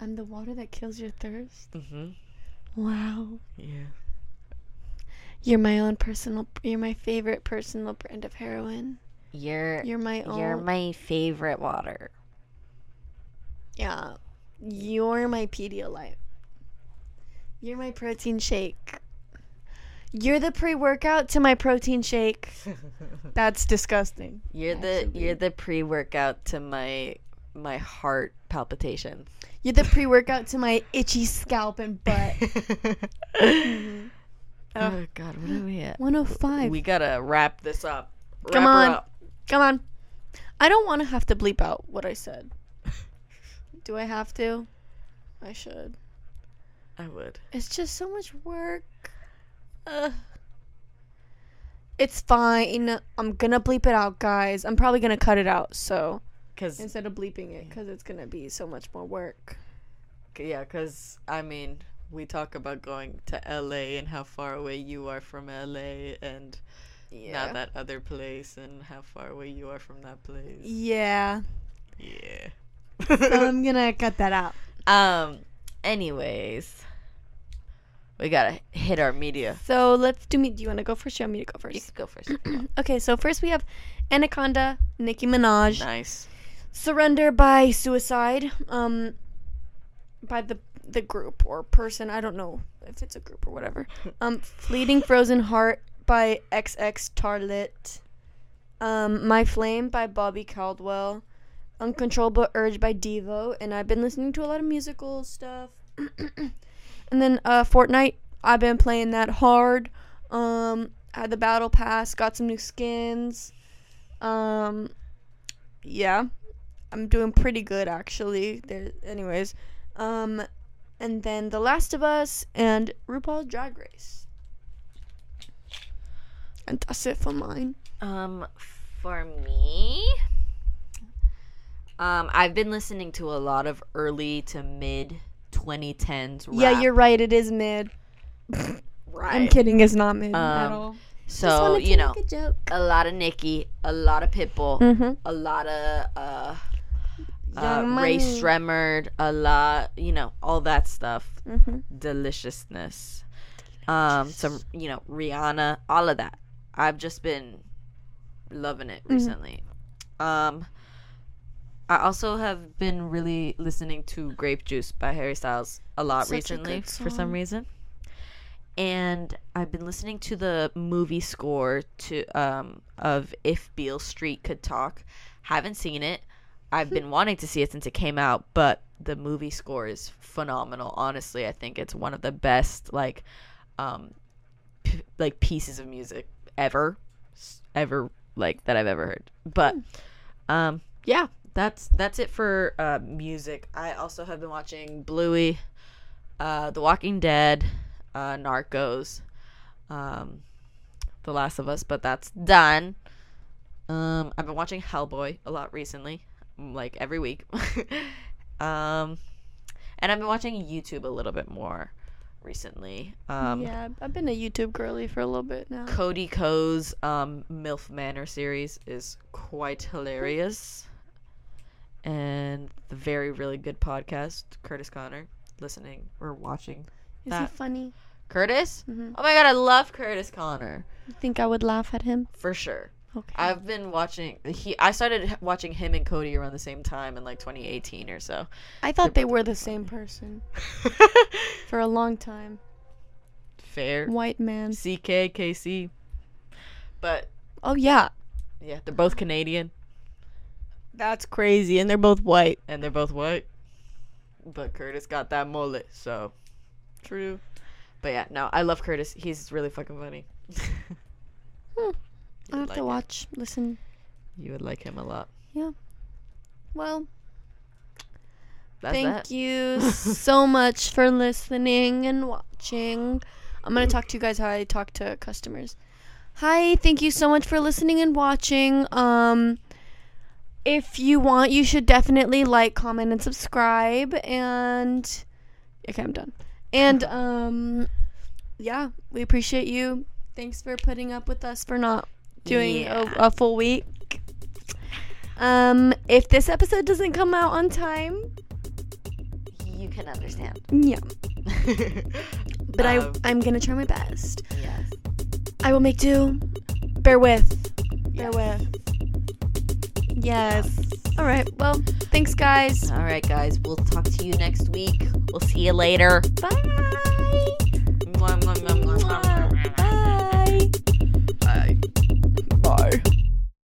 [SPEAKER 2] I'm the water that kills your thirst.
[SPEAKER 1] Mm-hmm.
[SPEAKER 2] Wow.
[SPEAKER 1] Yeah.
[SPEAKER 2] You're my own personal. You're my favorite personal brand of heroin.
[SPEAKER 1] You're
[SPEAKER 2] You're my own.
[SPEAKER 1] you're my favorite water.
[SPEAKER 2] yeah. You're my Pedialyte. You're my protein shake. You're the pre-workout to my protein
[SPEAKER 1] [laughs]
[SPEAKER 2] shake. That's disgusting.
[SPEAKER 1] You're the you're the pre-workout to my my heart
[SPEAKER 2] [laughs]
[SPEAKER 1] palpitations.
[SPEAKER 2] You're the pre-workout to my itchy scalp and
[SPEAKER 1] [laughs]
[SPEAKER 2] butt.
[SPEAKER 1] Mm-hmm.
[SPEAKER 2] Mm-hmm.
[SPEAKER 1] Oh God, what are
[SPEAKER 2] [gasps]
[SPEAKER 1] we at?
[SPEAKER 2] 105.
[SPEAKER 1] We gotta wrap this up.
[SPEAKER 2] Come
[SPEAKER 1] Wrap her
[SPEAKER 2] on.
[SPEAKER 1] up.
[SPEAKER 2] Come on. I don't want to have to bleep out what I said. Do I have to? I should.
[SPEAKER 1] I would.
[SPEAKER 2] It's just so much work. Ugh. It's fine. I'm gonna bleep it out, guys. I'm probably gonna cut it out, so
[SPEAKER 1] Cause
[SPEAKER 2] instead of bleeping it, because it's gonna be so much more work.
[SPEAKER 1] yeah, cause I mean, we talk about going to LA and how far away you are from LA and now that other place and how far away you are from that place.
[SPEAKER 2] Yeah.
[SPEAKER 1] Yeah.
[SPEAKER 2] [laughs] I'm gonna cut that out.
[SPEAKER 1] um. Anyways, we gotta hit our media.
[SPEAKER 2] So let's do me. Do you wanna go first? Or you want me to go first?
[SPEAKER 1] You can go [clears throat] first.
[SPEAKER 2] Okay, so first we have Anaconda, Nicki Minaj.
[SPEAKER 1] nice.
[SPEAKER 2] surrender by suicide um by the the group or person i don't know if it's a group or whatever um fleeting frozen heart by xx tarlit um my flame by bobby caldwell uncontrollable urge by devo and i've been listening to a lot of musical stuff [clears throat] and then uh fortnite i've been playing that hard um had the battle pass got some new skins um yeah I'm doing pretty good actually. There, anyways, um, and then The Last of Us and RuPaul's Drag Race. And that's it for mine.
[SPEAKER 1] Um, for me, um, I've been listening to a lot of early to mid 2010s. Rap.
[SPEAKER 2] Yeah, you're right. It is mid.
[SPEAKER 1] right.
[SPEAKER 2] I'm kidding. It's not mid at
[SPEAKER 1] Um,
[SPEAKER 2] all.
[SPEAKER 1] So you know,
[SPEAKER 2] a joke.
[SPEAKER 1] a lot of Nicki, a lot of Pitbull,
[SPEAKER 2] Mm-hmm.
[SPEAKER 1] a lot of uh,
[SPEAKER 2] Young
[SPEAKER 1] uh
[SPEAKER 2] Money.
[SPEAKER 1] Ray Stremmerd, a lot, you know, all that stuff.
[SPEAKER 2] Mm-hmm.
[SPEAKER 1] deliciousness. Um, some you know Rihanna, all of that. I've just been loving
[SPEAKER 2] Mm.
[SPEAKER 1] it recently. Um, I also have been really listening to "Grape Juice" by Harry Styles a lot
[SPEAKER 2] Such a
[SPEAKER 1] recently
[SPEAKER 2] good
[SPEAKER 1] for
[SPEAKER 2] song.
[SPEAKER 1] some reason. And I've been listening to the movie score to um of If Beale Street Could Talk. Haven't seen it. I've
[SPEAKER 2] Hmm.
[SPEAKER 1] been wanting to see it since it came out, but the movie score is phenomenal. Honestly, I think it's one of the best like um p- like pieces of music ever s- ever like that I've ever heard. But um yeah, that's that's it for uh music. I also have been watching Bluey, uh The Walking Dead, uh Narcos, um The Last of Us, but that's done. Um I've been watching Hellboy a lot recently like every week. [laughs] um, and I've been watching YouTube a little bit more recently. Um,
[SPEAKER 2] yeah, I've been a YouTube girly for a little bit now.
[SPEAKER 1] Cody Ko's um, MILF Manor series is quite hilarious. And the very, really good podcast, Curtis Connor, listening or watching.
[SPEAKER 2] Is he
[SPEAKER 1] that-
[SPEAKER 2] funny?
[SPEAKER 1] Curtis?
[SPEAKER 2] Mhm.
[SPEAKER 1] Oh my god, I love Curtis Connor.
[SPEAKER 2] You think I would laugh at him?
[SPEAKER 1] For sure.
[SPEAKER 2] Okay.
[SPEAKER 1] I've been watching he I started h- watching him and Cody around the same time in like 2018 or so.
[SPEAKER 2] I thought they were the same person for a long time.
[SPEAKER 1] Fair.
[SPEAKER 2] White man.
[SPEAKER 1] CKKC. But
[SPEAKER 2] Oh yeah,
[SPEAKER 1] yeah, they're both Canadian
[SPEAKER 2] that's crazy. And they're both white.
[SPEAKER 1] and they're both white. But Curtis got that mullet, so true. But yeah, no, I love Curtis. He's really fucking funny. [laughs]
[SPEAKER 2] I have
[SPEAKER 1] like
[SPEAKER 2] to
[SPEAKER 1] it.
[SPEAKER 2] watch, listen.
[SPEAKER 1] You would like him a lot.
[SPEAKER 2] Well,
[SPEAKER 1] That's
[SPEAKER 2] Thank
[SPEAKER 1] [laughs] that.
[SPEAKER 2] you so much for listening and watching. I'm going to talk to you guys how I talk to customers. Hi, thank you so much for listening and watching. Um if you want, you should definitely like, comment and subscribe and okay, I'm done. And um yeah, we appreciate you. Thanks for putting up with us for not doing a, a full week. Um, if this episode doesn't come out on time,
[SPEAKER 4] You can understand.
[SPEAKER 2] yeah,
[SPEAKER 1] yes.
[SPEAKER 2] but
[SPEAKER 1] Um,
[SPEAKER 2] I I'm gonna try my best. I will make do. Bear with. Bear with. Yes. All right. Well, thanks, guys.
[SPEAKER 4] All right, guys. We'll talk to you next week. We'll see you later.
[SPEAKER 2] Bye.